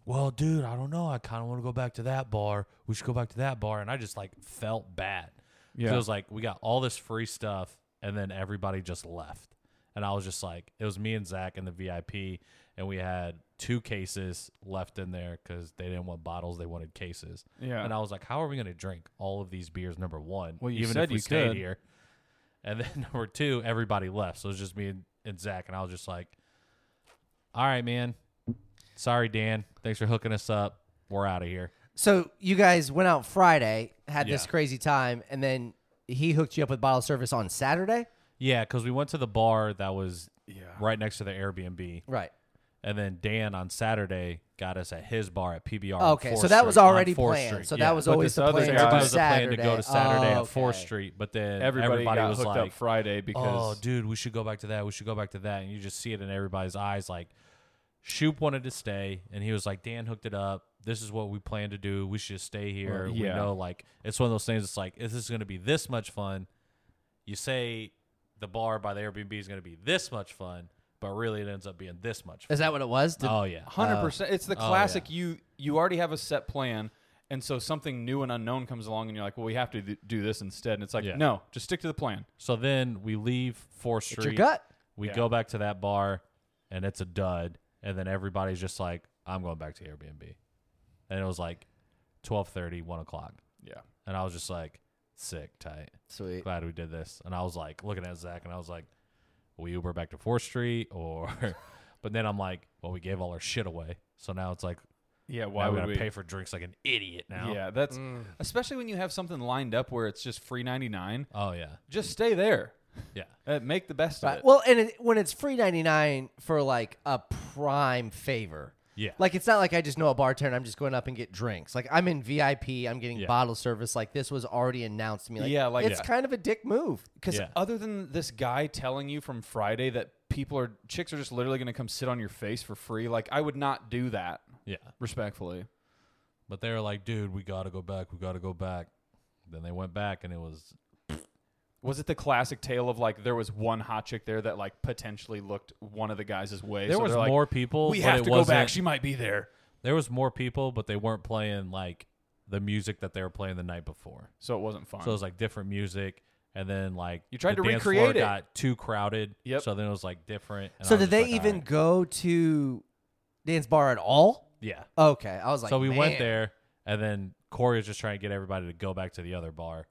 Well, dude, I don't know. I kind of want to go back to that bar. We should go back to that bar. And I just like felt bad. Yeah. Yeah. it was like we got all this free stuff, and then everybody just left. And I was just like, it was me and Zach and the VIP, and we had two cases left in there because they didn't want bottles; they wanted cases. Yeah. And I was like, how are we going to drink all of these beers? Number one, Well, you even said if we you stayed could. here. And then number two, everybody left, so it was just me and, and Zach, and I was just like, all right, man. Sorry, Dan. Thanks for hooking us up. We're out of here. So you guys went out Friday, had this Yeah. crazy time, and then he hooked you up with bottle service on Saturday. Yeah, because we went to the bar that was Yeah. right next to the Airbnb. Right. and then Dan on Saturday got us at his bar at PBR. on Okay, 4th so that was Street- on already 4th planned. Street, So yeah. that was But always this the other plan. guy- to Everybody go was planning to go to Saturday Oh, at Fourth okay. Street, but then Everybody, everybody, got was hooked like, up Friday "Oh, because dude, we should go back to that. We should go back to that." And you just see it in everybody's eyes. Like, Shoop wanted to stay, and he was like, "Dan hooked it up. This is what we plan to do. We should just stay here. Well, We yeah. know, like, it's one of those things. It's like, is this going to be this much fun? You say the bar by the Airbnb is going to be this much fun, but really it ends up being this much. fun. Is that what it was? Did- oh yeah, hundred percent. It's the oh, classic. You you already have a set plan, and so something new and unknown comes along, and you're like, well, we have to th- do this instead. And it's like, Yeah. no, just stick to the plan. So then we leave Fourth Street. it's your gut. We Yeah. go back to that bar, and it's a dud. And then everybody's just like, "I'm going back to Airbnb," and it was like 12:30, 1 o'clock, Yeah. and I was just like, "Sick, tight, Sweet. glad we did this." And I was like, looking at Zach, and I was like, "We Uber back to Fourth Street, or?" but then I'm like, "Well, we gave all our shit away, so now it's like, Yeah. why Why now we would gotta we pay for drinks like an idiot now?" Yeah, that's Mm. especially when you have something lined up where it's just free ninety nine. Oh yeah, Just stay there. yeah. Uh, make the best of Right. it. Well, and it, when it's free ninety nine for like a prime favor. Yeah. Like it's not like I just know a bartender. I'm just going up and get drinks. Like I'm in VIP. I'm getting Yeah. bottle service. Like this was already announced to me. Like, Yeah, like- it's Yeah. kind of a dick move. Because Yeah. other than this guy telling you from Friday that people are chicks are just literally going to come sit on your face for free, like I would not do that. Yeah. Respectfully, But they were like, dude, we got to go back. We got to go back. Then they went back and it was, was it the classic tale of like there was one hot chick there that like potentially looked one of the guys' way? there so was they're like, more people. we but have it to go back. wasn't- She might be there. there was more people, but they weren't playing like the music that they were playing the night before. So it wasn't fun. So it was like different music. And then like You tried the to dance floor recreate it. got too crowded. Yep. So then it was like different. and so I was did just they like, even "Alright." go to Dan's bar at all? Yeah. Okay, I was like, so we "Man." went there and then Corey was just trying to get everybody to go back to the other bar.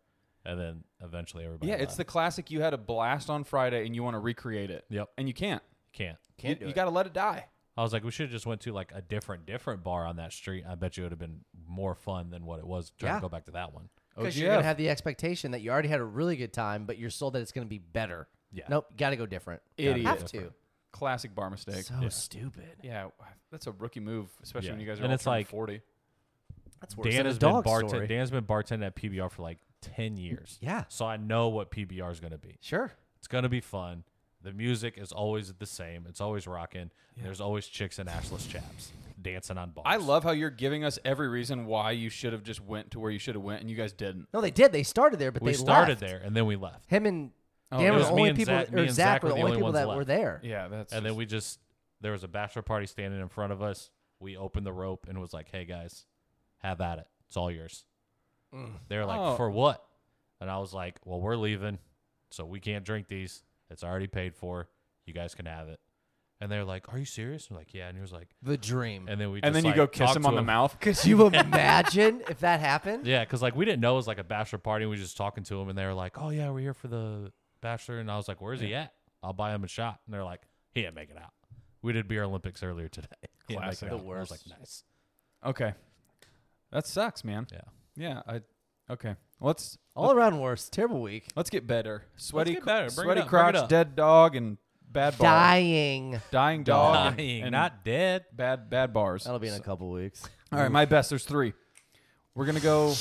And then eventually everybody. yeah, it's the left. classic. You had a blast on Friday and you want to recreate it. Yep. And you can't. Can't. Can't you do you it. got to let it die. I was like, we should have just went to like a different, different bar on that street. I bet you it would have been more fun than what it was trying Yeah. to go back to that one. Because you're gonna OGF. have the expectation that you already had a really good time, but you're sold that it's gonna be better. Yeah. Nope. Got to go different. Idiot. Have to. Classic bar mistake. So stupid. yeah, that's a rookie move, especially Yeah. when you guys are And all it's turning like- 40. That's worse Dan than a has been dog bartending. story. Dan's been bartending at PBR for like ten years. Yeah. So I know what PBR is going to be. Sure. It's going to be fun. The music is always the same. It's always rocking. There's always chicks and assless chaps dancing on bars. I love how you're giving us every reason why you should have just went to where you should have went, and you guys didn't. No, they did. They started there, but We they started left. there and then we left, Him and it Dan were was the me only and people, Zach- me or and Zach Zach were were the the only only people ones that left. were there. Yeah, that's and then we just there was a bachelor party standing in front of us. we opened the rope and was like, "Hey guys, have at it. It's all yours." They're like, Oh. "For what?" And I was like, "Well, we're leaving, so we can't drink these. It's already paid for. You guys can have it." And they're like, "Are you serious?" I'm like, "Yeah." And he was like, The dream. and then we and just, then you like, go kiss talked him to on the mouth. Could you imagine if that happened? Yeah, because like we didn't know it was like a bachelor party. We were just talking to him, and they were like, "Oh yeah, we're here for the bachelor." And I was like, "Where's he at? I'll buy him a shot." And they're like, "He didn't make it out. We did beer Olympics earlier today. He didn't make it Classic. out." The And I was like, worst. "Nice." Okay, that sucks, man. Yeah. Yeah, I. Okay, let's All around worst. Terrible week. let's get better. Sweaty, get better. Bring it sweaty up, bring it crotch, up. dead dog, and bad bar. Dying. Dying dog, and- Dying, and not dead. bad bad bars. That'll be in a couple weeks. All right, my best. There's three. We're gonna go.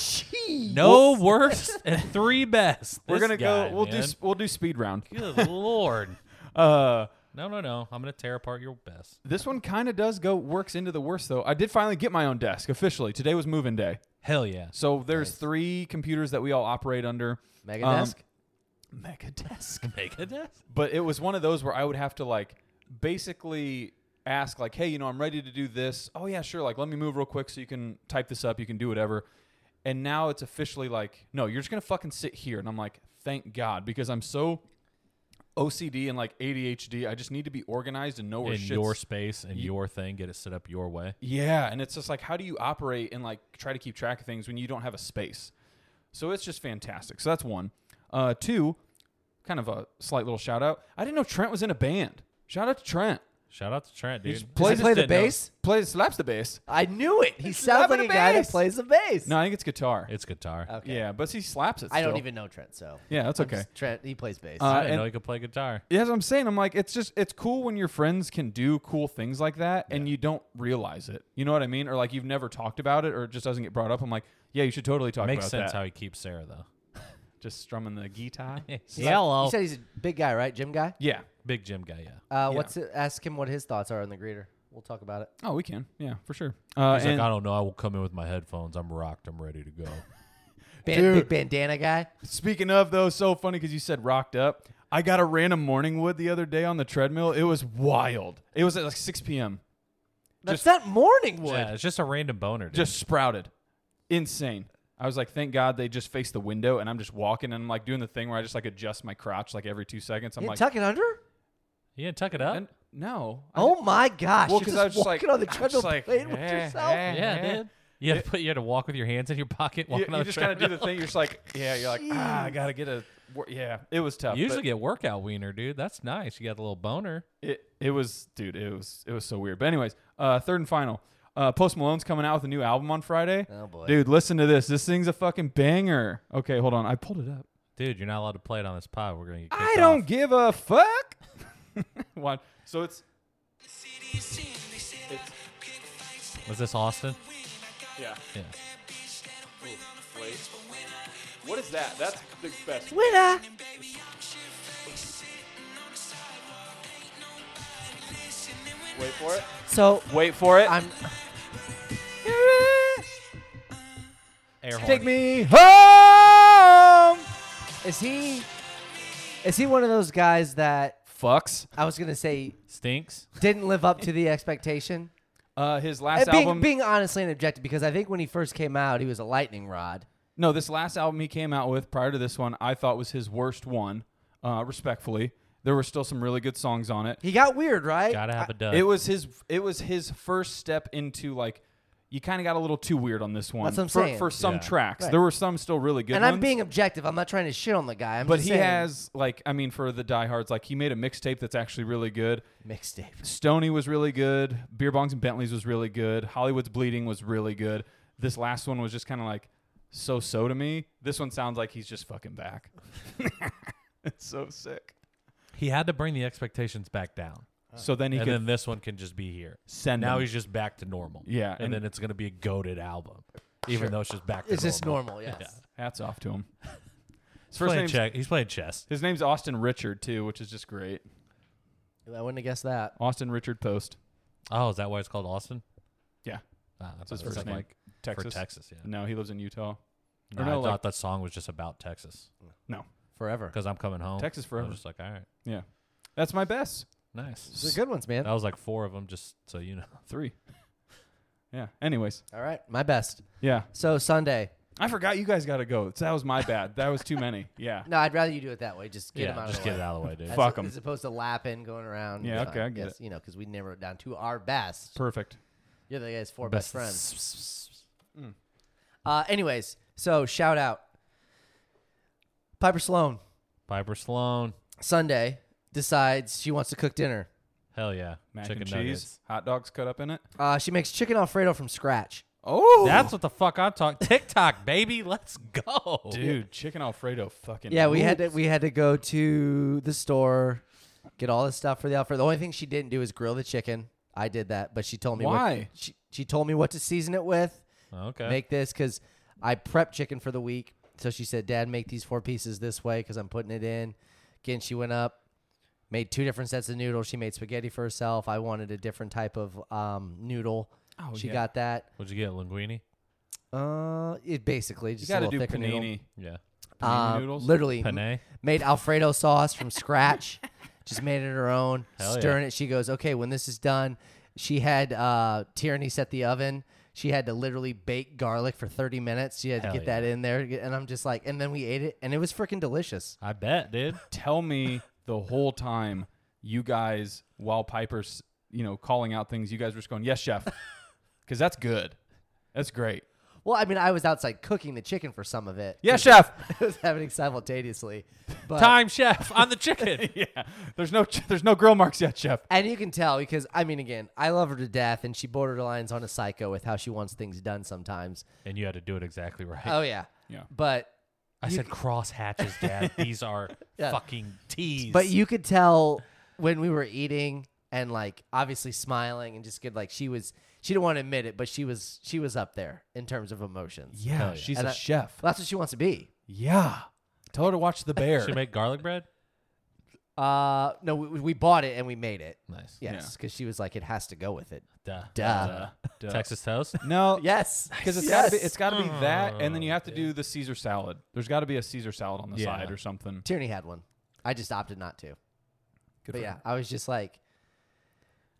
No worse and three best. We're This gonna guy, go. We'll do man. s- we'll do speed round. Good lord. Uh, No, no, no. I'm gonna tear apart your best. this one kind of does go works into the worst though. I did finally get my own desk officially. Today was moving day, Hell yeah. so there's three computers that we all operate under. Mega Um, desk. Mega desk. Make a death. but it was one of those where I would have to like basically ask like, "Hey, you know, I'm ready to do this. Oh yeah, sure. Like, let me move real quick so you can type this up. You can do whatever." And now it's officially like, "No, you're just gonna fucking sit here." And I'm like, "Thank God," because I'm so OCD and like ADHD. I just need to be organized and know where In shit's your space and your thing, get it set up your way. yeah, and it's just like how do you operate and like try to keep track of things when you don't have a space? So it's just fantastic. So that's one. Uh, two, kind of a slight little shout out. I didn't know Trent was in a band. Shout out to Trent. Shout out to Trent, He dude. just Does plays he play the didn't know. bass? Plays slaps the bass. I knew it. He He's sounds like slapping a the guy that bass. plays the bass. No, I think it's guitar. It's guitar. okay. Yeah, but he slaps it. I don't still. even know Trent, so Yeah, that's I'm okay. just- Trent, he plays bass. Uh, I didn't and- know he could play guitar. Yeah, that's what I'm saying. I'm like, it's just it's cool when your friends can do cool things like that and you don't realize it. You know what I mean? Or like you've never talked about it, or it just doesn't get brought up. I'm like, yeah, you should totally talk Makes about sense that. how he keeps Sarah though. just strumming the guitar. You said he's a big guy, right? Gym guy. yeah. Big gym guy, yeah. Uh, What's it, ask him what his thoughts are on the greeter. We'll talk about it. Oh, we can. Yeah, for sure. Uh, He's and like, I don't know. I will come in with my headphones. I'm rocked. I'm ready to go. Ban- Dude. Big bandana guy. speaking of though, so funny because you said rocked up. I got a random morning wood the other day on the treadmill. It was wild. It was at like 6 p.m. That's not morning wood. yeah, it's just a random boner. Dude. Just sprouted, insane. I was like, thank God they just faced the window, and I'm just walking and I'm like doing the thing where I just like adjust my crotch like every two seconds. I'm You like, tuck it under. you didn't tuck it up. "And- no, I- Oh my gosh! well, You're 'cause just I was just like, walking on the I was treadmill like, playing with eh, yourself. eh. yeah, eh. dude. You had, to put, you had to walk with your hands in your pocket. you, Walking you on the just kind of do the treadmill. thing. You're just like, yeah, you're like, ah, I gotta get a, wor-" yeah. It was tough. You but- usually get workout wiener, dude. That's nice. You got a little boner. it it was dude it was it was so weird but anyways uh third and final uh post malone's coming out with a new album on friday Oh, boy. dude listen to this this thing's a fucking banger okay hold on i pulled it up Dude, you're not allowed to play it on this pod. We're gonna get. Kicked i don't Off. give a fuck what so it's Was this Austin? yeah Yeah. wait what is that that's the best Winner. wait for it So wait for it I'm. Air take horn. me home Is he? Is he one of those guys that fucks I was gonna say Stinks. didn't live up to the expectation? uh his last Uh, being, album being honestly and objective, because I think when he first came out, he was a lightning rod. No, this last album he came out with prior to this one, I thought was his worst one. Uh, respectfully, there were still some really good songs on it. He got weird, right? Gotta have a dud. It was his. It was his first step into like. You kind of got a little too weird on this one. That's what I'm for, saying. for some Yeah. tracks, Right. there were some still really good. and I'm ones, being objective. I'm not trying to shit on the guy. I'm But just he saying- has like, I mean, for the diehards, like he made a mixtape that's actually really good. mixtape. Stony was really good. Beer Bongs and Bentleys was really good. Hollywood's Bleeding was really good. This last one was just kind of like so so to me. This one sounds like he's just fucking back. it's so sick. he had to bring the expectations back down, So then he and could then this one can just be here. send now him. he's just back to normal. Yeah, and, and- then it's gonna be a goaded album, even though it's just back. to It's just normal. normal, yes. hats off to him. His He's first playing name's, check. He's playing chess. his name's Austin Richard too, which is just great. I wouldn't have guessed that. Austin Richard Post. Oh, is that why it's called Austin? Yeah, Ah, I that's his thought it was first name. Like Texas. For Texas, yeah. No, he lives in Utah. No, Or no, I like- thought that song was just about Texas No, Forever. because I'm coming home. Texas I forever. was just like, all right, Yeah, that's my best nice. Those are good ones, man. That was like four of them, just so you know. three. Yeah. Anyways, All right, my best. yeah. So Sunday. I forgot you guys got to go. That was my bad. That was too many. Yeah. No, I'd rather you do it that way. Just get them yeah, out just of the get it way. out of the way, dude. As- Fuck 'em. As opposed to lapping, going around. Yeah, It's okay, fine. I get yes, You know, because we narrow it down to our best. Perfect. You're the guy's four best, friends. friends. Uh, anyways, so shout out Piper Sloan Piper Sloan. Sunday decides she wants to cook dinner. Hell yeah. Mac Chicken and cheese, nuggets. hot dogs cut up in it. Uh, she makes chicken alfredo from scratch. Oh, That's what the fuck I'm talking. TikTok, baby. Let's go. dude, chicken alfredo, fucking. Yeah, we had to rules. we had to go to the store, get all the stuff for the alfredo. The only thing she didn't do is grill the chicken. I did that, but she told me What, Why? she she told me what to season it with. Okay. Make this because I prepped chicken for the week. So she said, "Dad, make these four pieces this way because I'm putting it in." Again, she went up, made two different sets of noodles. She made spaghetti for herself. I wanted a different type of um, noodle. Oh, she yeah. got that. What'd you get? Linguini? Uh, it basically You just got a to little do thicker panini. noodle. Yeah. Panini Um, noodles? Literally m- Panay? made Alfredo sauce from scratch. Just made it her own. Hell yeah. stirring it. She goes, okay, when this is done, she had uh, Tyranny set the oven. She had to literally bake garlic for 30 minutes. She had Hell to get that in there. And I'm just like, and then we ate it, and it was freaking delicious. I bet, dude. Tell me the whole time you guys, while Piper's, you know, calling out things, you guys were just going, "Yes, chef," because that's good. That's great. Well, I mean, I was outside cooking the chicken for some of it. Yes, chef. it was happening simultaneously. But, Time chef on the chicken. yeah. There's no there's no grill marks yet, chef. And you can tell because, I mean, again, I love her to death, and she borderlines on a psycho with how she wants things done sometimes. and you had to do it exactly right. Oh, yeah. Yeah. But I said cross hatches, Dad. These are Yeah. fucking T's. But you could tell when we were eating and like obviously smiling and just good like she was she didn't want to admit it, but she was she was up there in terms of emotions. Yeah, yeah. she's And a I- chef. Well, that's what she wants to be. Yeah. Tell her to watch the bear. should make garlic bread. Uh no, we, we bought it and we made it. Nice. Yes, because she was like, it has to go with it. Duh. uh, Duh. Duh. Texas toast. uh, no, Yes, because it's yes. gotta be it's gotta be that, and then you have to do the Caesar salad. There's got to be a Caesar salad on the Yeah. side or something. Tierney had one. I just opted not to. Good But for yeah, her. I was just like,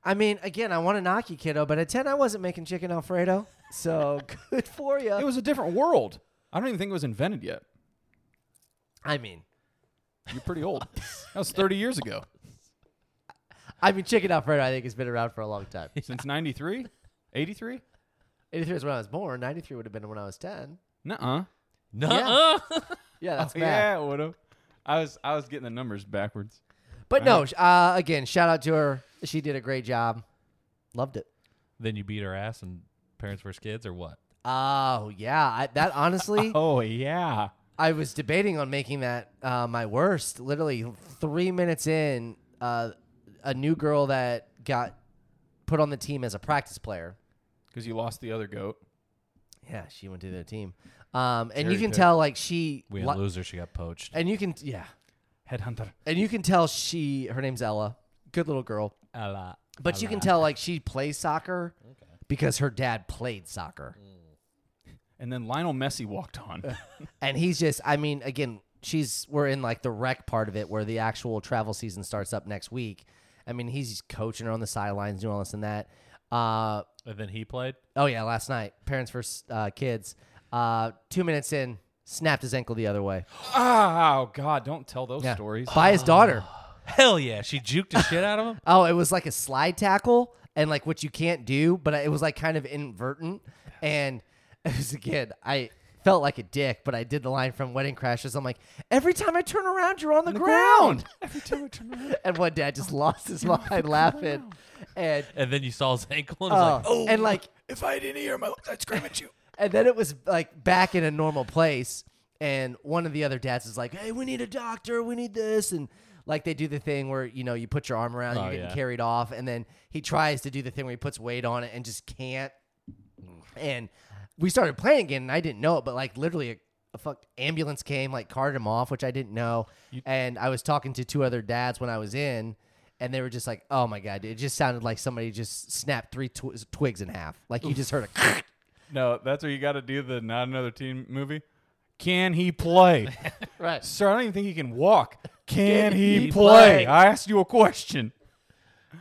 I mean, again, I want to knock you, kiddo, but at ten, I wasn't making chicken alfredo. So good for you. it was a different world. I don't even think it was invented yet. I mean, You're pretty old. that was 30 years ago. I mean, chicken alfredo. I think has been around for a long time. Since 93, 83. 83 is when I was born. 93 would have been when I was 10. Nuh-uh. No. Yeah, that's bad. Oh, yeah, would have. I was I was getting the numbers backwards. But no, sh- uh, again, shout out to her. She did a great job. Loved it. Then you beat her ass and parents versus kids or what? Oh, yeah. I, that honestly, Oh yeah. I was debating on making that uh, my worst. Literally three minutes in, uh, a new girl that got put on the team as a practice player. Because you lost the other goat. Yeah, she went to their team. Um, and you Cherry can pick. tell, like, she. We had li- a loser. She got poached. and you can, yeah. Headhunter. And you can tell she, her name's Ella. Good little girl. A lot. But you can tell like she plays soccer because her dad played soccer. And then Lionel Messi walked on. And he's just I mean, again, she's we're in like the rec part of it where the actual travel season starts up next week. I mean, he's coaching her on the sidelines, doing all this and that. Uh And then he played. oh yeah, last night, parents versus uh, kids. Uh two minutes in, snapped his ankle the other way. oh God! Don't tell those Yeah. stories. By his daughter. Hell yeah. She juked the shit out of him. Oh, it was like a slide tackle and like what you can't do, but it was like kind of invertent. And it was again, I felt like a dick, but I did the line from Wedding Crashers. I'm like, every time I turn around, you're on the, ground. Every time I turn around. And one dad just lost his mind laughing. And And then you saw his ankle and oh, was like, oh. and like, If I didn't hear him, I- I'd scream at you. and then it was like back in a normal place. And one of the other dads is like, hey, we need a doctor. We need this. And like they do the thing where, you know, you put your arm around, Oh, you're getting yeah. carried off. And then he tries to do the thing where he puts weight on it and just can't. And we started playing again, and I didn't know it, but like literally a, a fuck ambulance came, like carted him off, which I didn't know. and I was talking to two other dads when I was in, and they were just like, "Oh my god!" It just sounded like somebody just snapped three twi- twigs in half. Like you just heard a. No, that's where you got to do the not another team movie. Can he play? right. Sir, I don't even think he can walk. Can, he, he play? play? I asked you a question.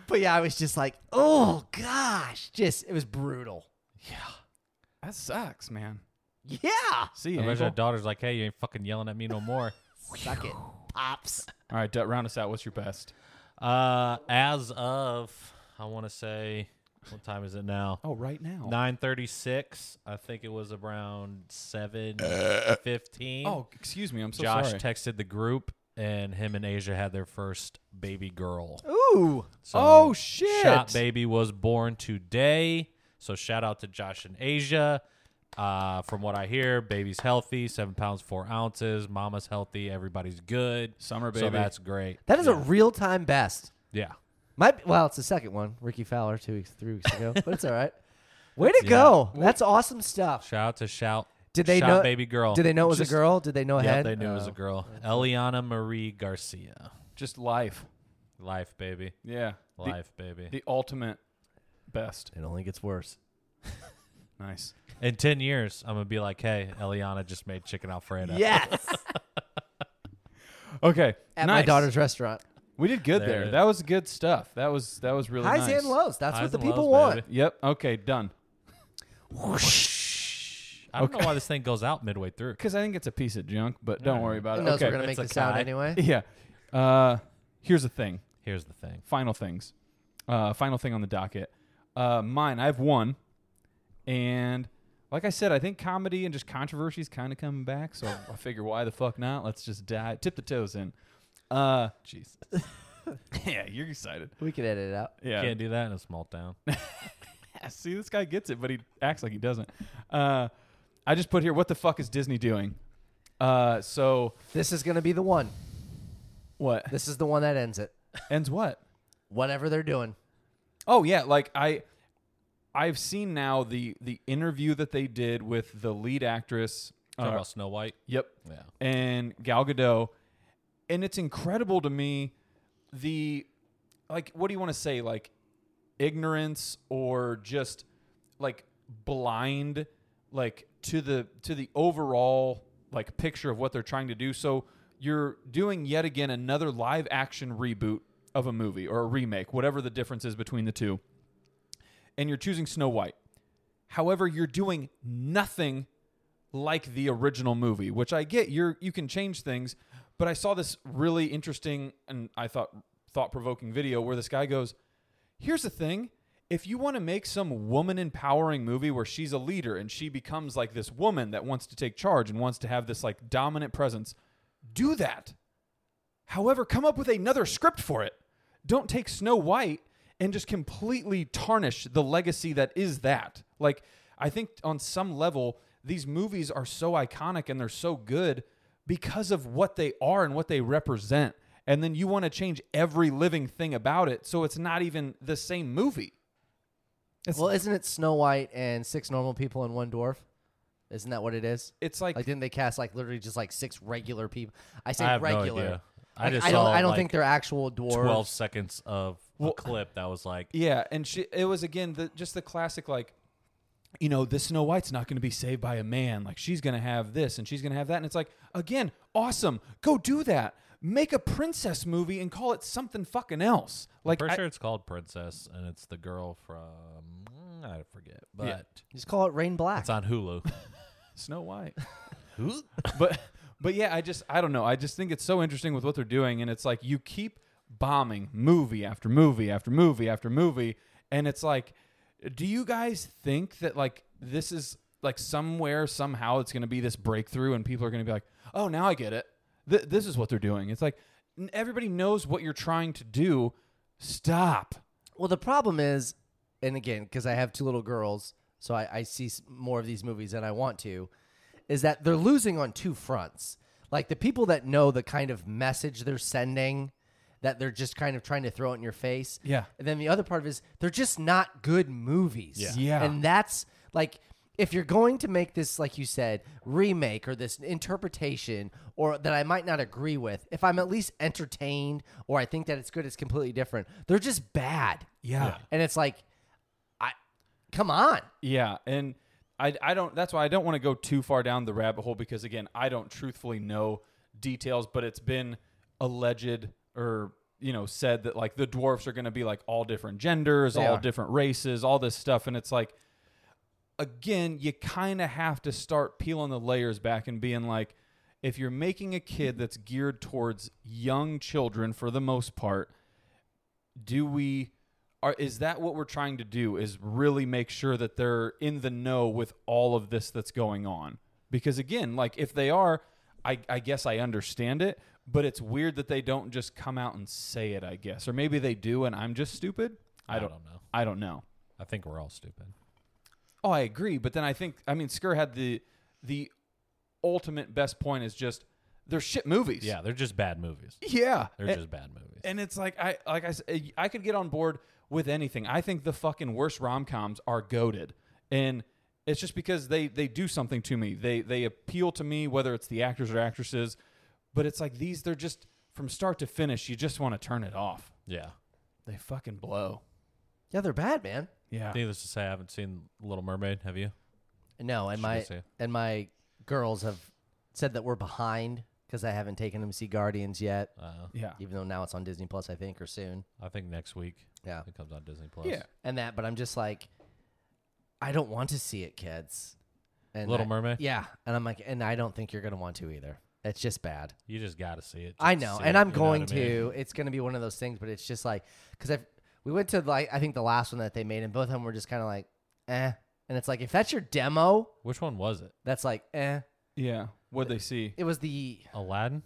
But yeah, I was just like, "Oh gosh!" Just it was brutal. Yeah. That sucks, man. Yeah. See you. Imagine our Angel. daughter's like, hey, you ain't fucking yelling at me no more. Suck it, pops. All right, Dut, round us out. What's your best? Uh, as of, I want to say, what time is it now? Oh, right now. Nine thirty-six. I think it was around seven fifteen. Oh, excuse me. I'm so Josh sorry. texted the group, and him and Asia had their first baby girl. Ooh. So oh shit. Shot baby was born today. So shout out to Josh and Asia. Uh, from what I hear, baby's healthy, seven pounds four ounces. Mama's healthy. Everybody's good. Summer So baby. that's great. That is a yeah. real time best. yeah. Might be, well, it's the second one. Ricky Fowler two weeks, three weeks ago, but it's all right. Way to go! That's awesome stuff. Shout out to shout. Did they shout know? baby girl? Did they know it was Just- a girl? Did they know Yeah, ahead? they knew it was a Oh. girl. Eliana Marie Garcia. Just life. Life, baby. Yeah. The- Life, baby. The, ultimate best. It only gets worse. Nice. In 10 years, I'm going to be like, hey, Eliana just made chicken Alfredo. Yes. Okay. At my nice. daughter's restaurant. We did good There there. it is. That was good stuff. That was that was really Highs nice. and lows. That's Highs what the and people lows, want. baby. Yep. Okay. Done. I don't know why this thing goes out midway through. Because I think it's a piece of junk, but don't worry about Who it. knows? okay. We're gonna make it's a the sound guy. anyway. yeah. Uh, here's the thing. Here's the thing. Final things. Uh, final thing on the docket. Uh, mine. I have one, and like I said, I think comedy and just controversy is kind of coming back. So I figure, why the fuck not? Let's just die. Tip the toes in. Uh, jeez. yeah, you're excited. We can edit it out. Yeah. Can't do that in a small town. See, this guy gets it, but he acts like he doesn't. Uh, I just put here, what the fuck is Disney doing? Uh, so This is gonna be the one. what This is the one that ends it. ends what? Whatever they're doing. Oh yeah, like I, I've seen now the the interview that they did with the lead actress. Talk uh, about Snow White. yep, Yeah. and Gal Gadot, and it's incredible to me the like what do you want to say like ignorance or just like blind like to the to the overall like picture of what they're trying to do so you're doing yet again another live action reboot of a movie or a remake whatever the difference is between the two and you're choosing Snow White however you're doing nothing like the original movie, which I get. You're you can change things, but I saw this really interesting and I thought thought provoking video where this guy goes, "Here's the thing: if you want to make some woman empowering movie where she's a leader and she becomes like this woman that wants to take charge and wants to have this like dominant presence, do that. However, come up with another script for it. Don't take Snow White and just completely tarnish the legacy that is that. Like, I think on some level, these movies are so iconic and they're so good because of what they are and what they represent. And then you want to change every living thing about it so it's not even the same movie. It's, Well, isn't it Snow White and six normal people and one dwarf? Isn't that what it is? it's like, Like, didn't they cast like literally just like six regular people? I say I have no regular. idea. I Like, just I don't. saw I don't like think they're actual dwarves. 12 seconds of a clip that was like, yeah. And she, it was again the, just the classic, like, you know, this Snow White's not going to be saved by a man. Like she's going to have this and she's going to have that. And it's like, again, awesome. Go do that. Make a princess movie and call it something fucking else. Like, for I- sure it's called Princess, and it's the girl from, mm, I forget, but Just call it Rain Black. it's on Hulu. Snow White. Hulu? but but yeah, I just I don't know. I just think it's so interesting with what they're doing, and it's like you keep bombing movie after movie after movie after movie, and it's like, do you guys think that like this is like somewhere somehow it's going to be this breakthrough, and people are going to be like, oh, now I get it. Th- this is what they're doing. It's like n- everybody knows what you're trying to do. Stop. Well, the problem is, and again, because I have two little girls, so I, I see s- more of these movies than I want to, is that they're losing on two fronts. Like the people that know the kind of message they're sending, that they're just kind of trying to throw it in your face. Yeah. And then the other part of it is they're just not good movies. Yeah. Yeah. And that's like if you're going to make this, like you said, remake or this interpretation or that I might not agree with, if I'm at least entertained or I think that it's good, it's completely different. They're just bad. yeah. And it's like, I come on. Yeah, and I I don't that's why I don't want to go too far down the rabbit hole because again, I don't truthfully know details, but it's been alleged or you know said that like the dwarfs are going to be like all different genders, all are. different races, all this stuff and it's like again, you kind of have to start peeling the layers back and being like, if you're making a kid that's geared towards young children for the most part, do we are is that what we're trying to do is really make sure that they're in the know with all of this that's going on because again like if they are i, I guess i understand it but it's weird that they don't just come out and say it i guess or maybe they do and i'm just stupid i don't, know. i don't know I think we're all stupid. oh i agree but then i think i mean skur had the the ultimate best point is just they're shit movies Yeah, they're just bad movies. yeah They're And- just bad movies. and it's like I like I said, I could get on board with anything. I think the fucking worst rom coms are goaded, and it's just because they they do something to me. They they appeal to me, whether it's the actors or actresses. But it's like these, they're just from start to finish. You just want to turn it off. yeah. They fucking blow. Yeah, they're bad, man. Yeah. Needless to say, I haven't seen Little Mermaid. Have you? No, and Should I my say? and my girls have said that we're behind because I haven't taken them to see Guardians yet. Uh, yeah. Even though now it's on Disney Plus, I think, or soon. I think next week Yeah, it comes on Disney Plus. Yeah. and that. But I'm just like, I don't want to see it, kids. And Little I- Mermaid? Yeah, and I'm like, and I don't think you're gonna want to either. It's just bad. You just got to see it. I Just know, see and it, I'm you know what going I mean? to. It's going to be one of those things, but it's just like because I we went to like I think the last one that they made, and both of them were just kind of like, eh. And it's like if that's your demo, Which one was it? that's like, eh. Yeah. What'd they see? It was the Aladdin?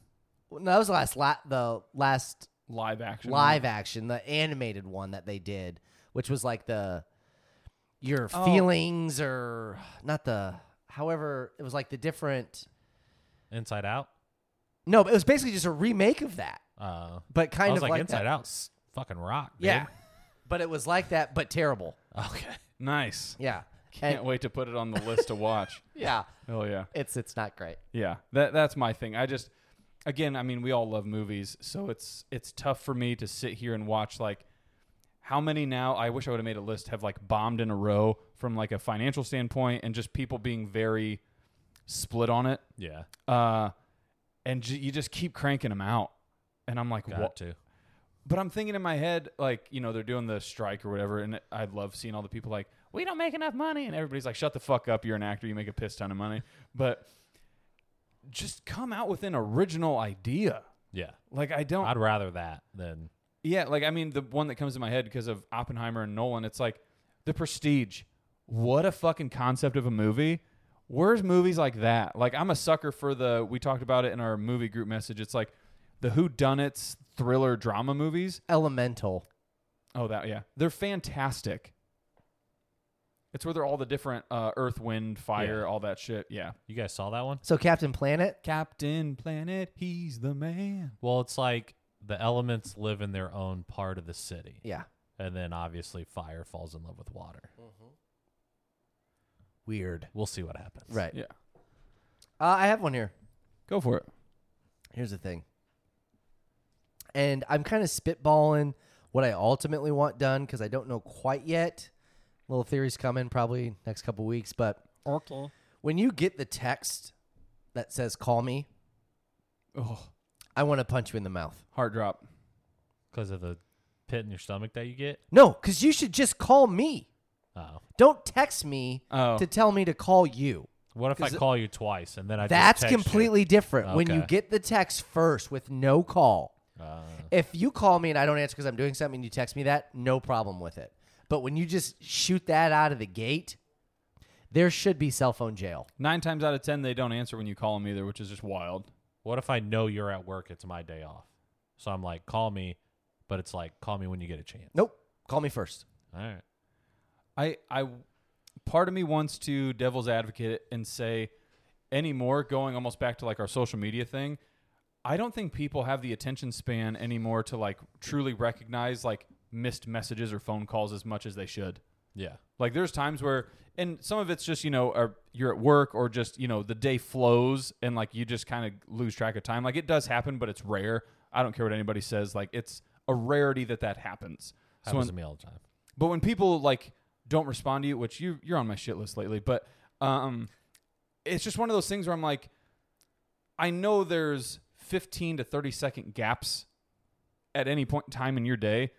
no, that was the last la- the last Live action. live action, the animated one that they did, which was like the your Oh. feelings or not the however it was like the different. Inside Out? No, but it was basically just a remake of that, Uh, but kind I was of like, like, Inside that. Out s- fucking rock. dude. Yeah, but it was like that, but terrible. Okay. Nice. Yeah. Can't And- wait to put it on the list to watch. Yeah. Oh yeah. It's it's not great. Yeah, that that's my thing. I just again, I mean, we all love movies, so it's it's tough for me to sit here and watch like how many now I wish I would have made a list have like bombed in a row from like a financial standpoint and just people being very split on it. Yeah. Uh and ju- you just keep cranking them out. And I'm like, Got what? to. But I'm thinking in my head, like, you know, they're doing the strike or whatever, and I love seeing all the people like, we don't make enough money. And everybody's like, shut the fuck up. You're an actor. You make a piss ton of money. But just come out with an original idea. Yeah. Like, I don't. I'd rather that than. yeah, like, I mean, the one that comes to my head because of Oppenheimer and Nolan, it's like The Prestige. What a fucking concept of a movie. Where's movies like that? Like, I'm a sucker for the, we talked about it in our movie group message. It's like the whodunits, thriller, drama movies. Elemental. Oh, that yeah, they're fantastic. It's where they're all the different uh, Earth, Wind, Fire, Yeah. all that shit. Yeah, You guys saw that one? So Captain Planet. Captain Planet, he's the man. Well, it's like the elements live in their own part of the city. Yeah. And then obviously fire falls in love with water. Mm-hmm. Weird. We'll see what happens. Right. Yeah, Uh, I have one here. go for it. Here's the thing. And I'm kind of spitballing what I ultimately want done because I don't know quite yet. Little theories coming probably next couple weeks, but Okay. when you get the text that says "call me," Oh, I want to punch you in the mouth. heart drop. Because of the pit in your stomach that you get? No, because you should just call me. Oh. Don't text me Oh, to tell me to call you. What if I 'Cause call you twice and then I That's just text you? completely different. When you Okay. get the text first with no call, Uh, if you call me and I don't answer because I'm doing something and you text me that, no problem with it. But when you just shoot that out of the gate, there should be cell phone jail. nine times out of ten, they don't answer when you call them either, which is just wild. what if I know you're at work? It's my day off. So I'm like, call me, but it's like, call me when you get a chance. Nope. Call me first. All right. I, I, part of me wants to devil's advocate and say, anymore, going almost back to like our social media thing. I don't think people have the attention span anymore to like truly recognize like missed messages or phone calls as much as they should. Yeah. Like there's times where, and some of it's just you know, or you're at work or just you know the day flows and like you just kind of lose track of time. Like it does happen, but it's rare. I don't care what anybody says. Like it's a rarity that that happens. So Happens when- to me all the time. but when people like don't respond to you, which you you're on my shit list lately, but um, it's just one of those things where I'm like, I know there's 15 to 30 second gaps at any point in time in your day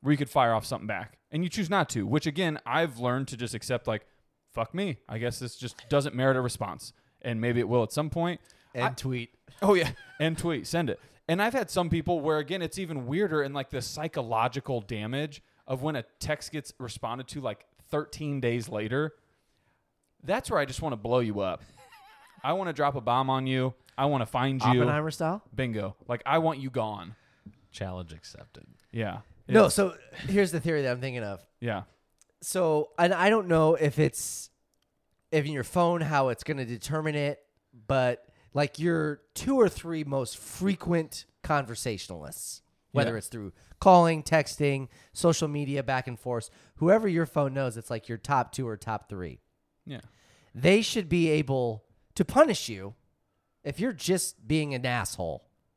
where you could fire off something back, and you choose not to. Which again, I've learned to just accept like, fuck me. I guess this just doesn't merit a response. And maybe it will at some point. and tweet. Oh yeah, and tweet, send it. And I've had some people where again it's even weirder in like the psychological damage of when a text gets responded to like 13 days later. That's where I just want to blow you up. I want to drop a bomb on you. I want to find you. Oppenheimer style. Bingo. Like I want you gone. Challenge accepted. Yeah. No, It's- so here's the theory that I'm thinking of. Yeah. So, and I don't know if it's if in your phone how it's going to determine it, but like your two or three most frequent conversationalists, whether Yeah. it's through calling, texting, social media, back and forth, whoever your phone knows, it's like your top two or top three. Yeah. They should be able to punish you if you're just being an asshole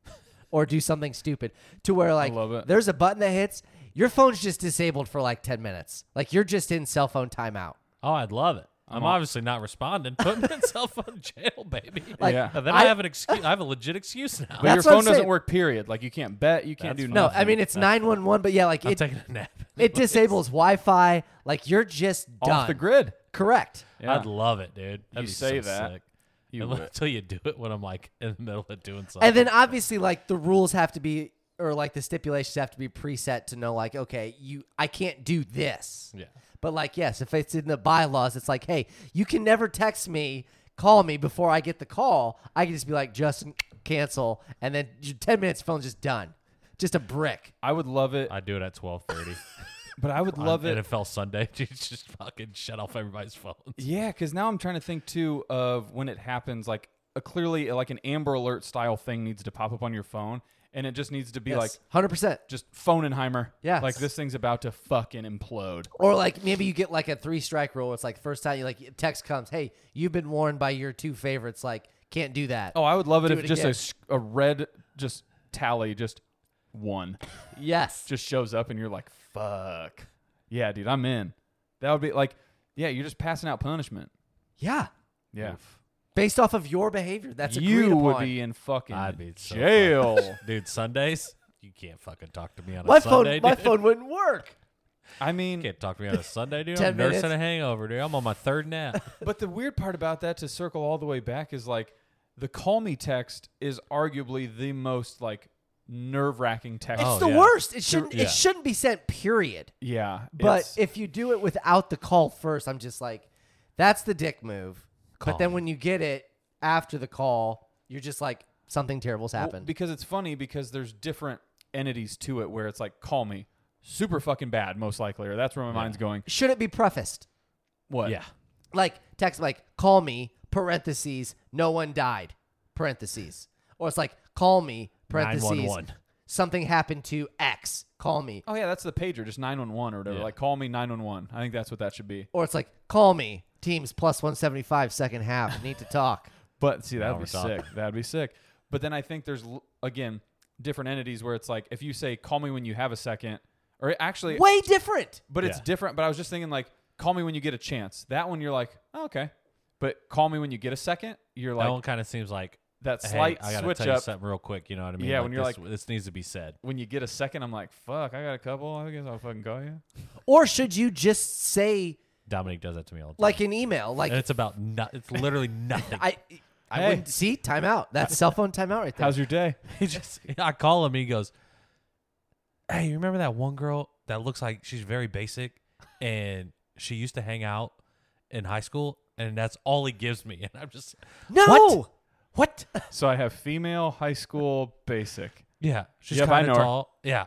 or do something stupid to where like love it. there's a button that hits your phone's just disabled for like 10 minutes like you're just in cell phone timeout Oh, I'd love it. I'm, I'm all- obviously not responding. Put me in cell phone jail, baby. Like, Yeah. And then I, I- have an excuse. I have a legit excuse now. But That's your what I'm phone doesn't saying. work period. Like you can't bet, you can't That's do fine. no nothing. i mean it's 911 but yeah like I'm it, taking a nap. it disables wi-fi like you're just done off the grid. correct Yeah. I'd love it, dude. You That'd be say so that, sick. you Until- would. Until you do it when I'm like in the middle of doing something. and then obviously like the rules have to be or like the stipulations have to be preset to know like okay you i can't do this yeah. But like, yes, if it's in the bylaws, it's like, hey, you can never text me, call me before I get the call. I can just be like, Justin, cancel, and then your ten minutes phone's just done, just a brick. I would love it, I do it at 12:30. but I would on love it NFL Sunday. You just fucking shut off everybody's phone. Yeah, because now I'm trying to think too of when it happens. Like a clearly, uh, like an Amber Alert style thing needs to pop up on your phone, and it just needs to be like hundred percent. just Phonenheimer. Yes. like this thing's about to fucking implode. Or like maybe you get like a three strike rule. It's like first time you like text comes, hey, you've been warned by your two favorites. Like can't do that. Oh, I would love it Do if it just again. a s- a, red just tally just one yes, just shows up, and you're like, fuck. Yeah, dude, I'm in. That would be like, yeah, you're just passing out punishment. yeah. Yeah, Based off of your behavior, that's agreed you would upon. be in fucking I'd be so jail. Dude, Sundays, you can't fucking talk to me on a my phone. Sunday. my dude. phone wouldn't work. I mean, You can't talk to me on a Sunday, dude. I'm Ten nursing minutes. a hangover, dude. I'm on my third nap. But the weird part about that to circle all the way back is like the call me text is arguably the most like nerve wracking text. It's Oh, the yeah. worst. It shouldn't. yeah. It shouldn't be sent. Period. yeah. But it's- if you do it without the call first, I'm just like, that's the dick move. Call but then me. when you get it after the call, you're just like, something terrible's well, happened. because it's funny because there's different entities to it where it's like call me super fucking bad most likely or that's where my mind's going. Should it be prefaced? What? yeah. Like, text, like, call me, parentheses, no one died, parentheses. Or it's like, call me, parentheses, 911. something happened to X, call me. Oh yeah, that's the pager, just nine one one or whatever. Yeah. Like call me nine one one. I think that's what that should be. Or it's like, call me, teams plus 175, second half, need to talk. But see, that'd we're be talking. sick. That'd be sick. But then I think there's l- again different entities where it's like if you say call me when you have a second, or actually Way different. But it's Yeah. different. But I was just thinking, like, call me when you get a chance. That one, you're like, oh, okay. But call me when you get a second. You're that like one kind of seems like that hey, slight I gotta switch tell you up. something real quick. You know what I mean? Yeah, when you're this, like- this needs to be said. When you get a second, I'm like, fuck, I got a couple. I guess I'll fucking call you. Or should you just say, Dominic does that to me all the time. like, an email, like, and it's about no, it's literally nothing. I, I I Hey. wouldn't see timeout. That's cell phone timeout right there. How's your day? he just I call him. He goes, "Hey, you remember that one girl that looks like she's very basic, and she used to hang out in high school, and that's all he gives me." And I'm just no. What? What? so I have female high school basic. Yeah, she's Yep, I kind know of her. tall. Yeah,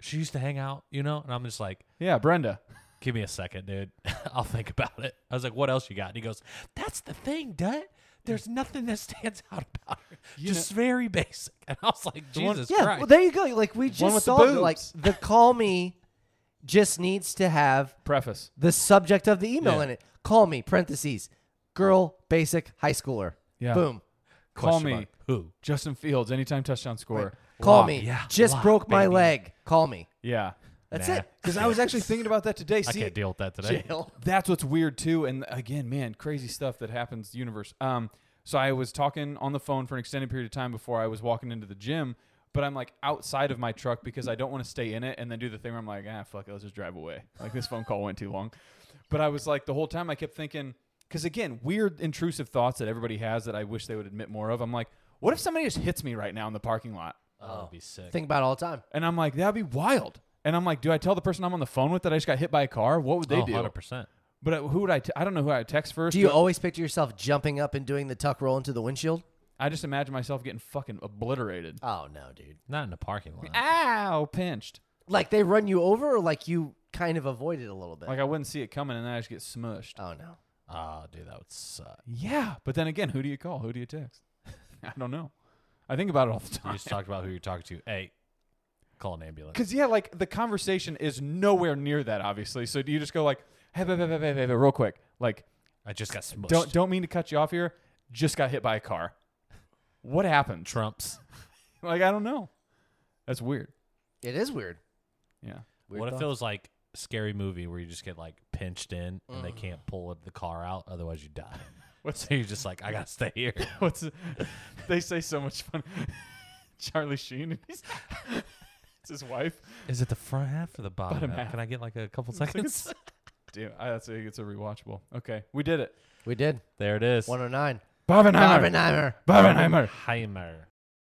she used to hang out, you know. And I'm just like, Yeah, Brenda. give me a second, dude. I'll think about it. I was like, what else you got? And he goes, that's the thing, Dud. There's nothing that stands out about her. just very basic. And I was like, one- Jesus Yeah. Christ. Well, there you go. Like we with just the saw the like boobs. the call me just needs to have Preface. the subject of the email Yeah. in it. Call me parentheses girl basic high schooler. Yeah. Boom. Call Question me. mark. Who? Justin Fields, anytime touchdown scorer. Call Lock, me. yeah, just lock, broke my baby. leg. Call me. Yeah. That's Nah. it. Because I was actually thinking about that today. I See, can't deal with that today. Jail. that's what's weird too and again man crazy stuff that happens universe um so i was talking on the phone for an extended period of time before i was walking into the gym but i'm like outside of my truck because i don't want to stay in it and then do the thing where i'm like ah fuck it let's just drive away like this phone call went too long But I was like the whole time I kept thinking because again, weird intrusive thoughts that everybody has that I wish they would admit more of. I'm like, what if somebody just hits me right now in the parking lot? Oh, that'd be sick. Think about it all the time. And I'm like, that'd be wild. And I'm like, do I tell the person I'm on the phone with that I just got hit by a car? What would they oh, do? 100%. But uh, who would I? T- I don't know who I would text first. Do you but always picture yourself jumping up and doing the tuck roll into the windshield? I just imagine myself getting fucking obliterated. Oh no, dude. Not in a parking lot. Ow, pinched. Like they run you over or like you kind of avoid it a little bit? Like I wouldn't see it coming, and then I just get smushed. oh no. Oh, dude, that would suck. Yeah, but then again, who do you call? Who do you text? I don't know. I think about it all the You time. just talked about who you're talking to. Hey, call an ambulance. Because yeah, like the conversation is nowhere near that, obviously. So do you just go like, hey, hey, hey, hey, hey, hey, hey, real quick, like, I just got smushed. don't don't mean to cut you off here. Just got hit by a car. What happened? Trumps. Like I don't know. That's weird. It is weird. Yeah. Weird what if thought. it was like scary movie where you just get like pinched in and they can't pull the car out, otherwise you die. so you're just like, I gotta stay here. What's they say so much fun. Charlie Sheen. and he's- it's his wife. Is it the front half or the bottom, Bottom half? half. Can I get like a couple Seconds. seconds? Damn, I, that's a, it's a rewatchable. Okay, we did it. We did. there it is. 109. Barbenheimer. Barbenheimer. Barbenheimer. Heimer.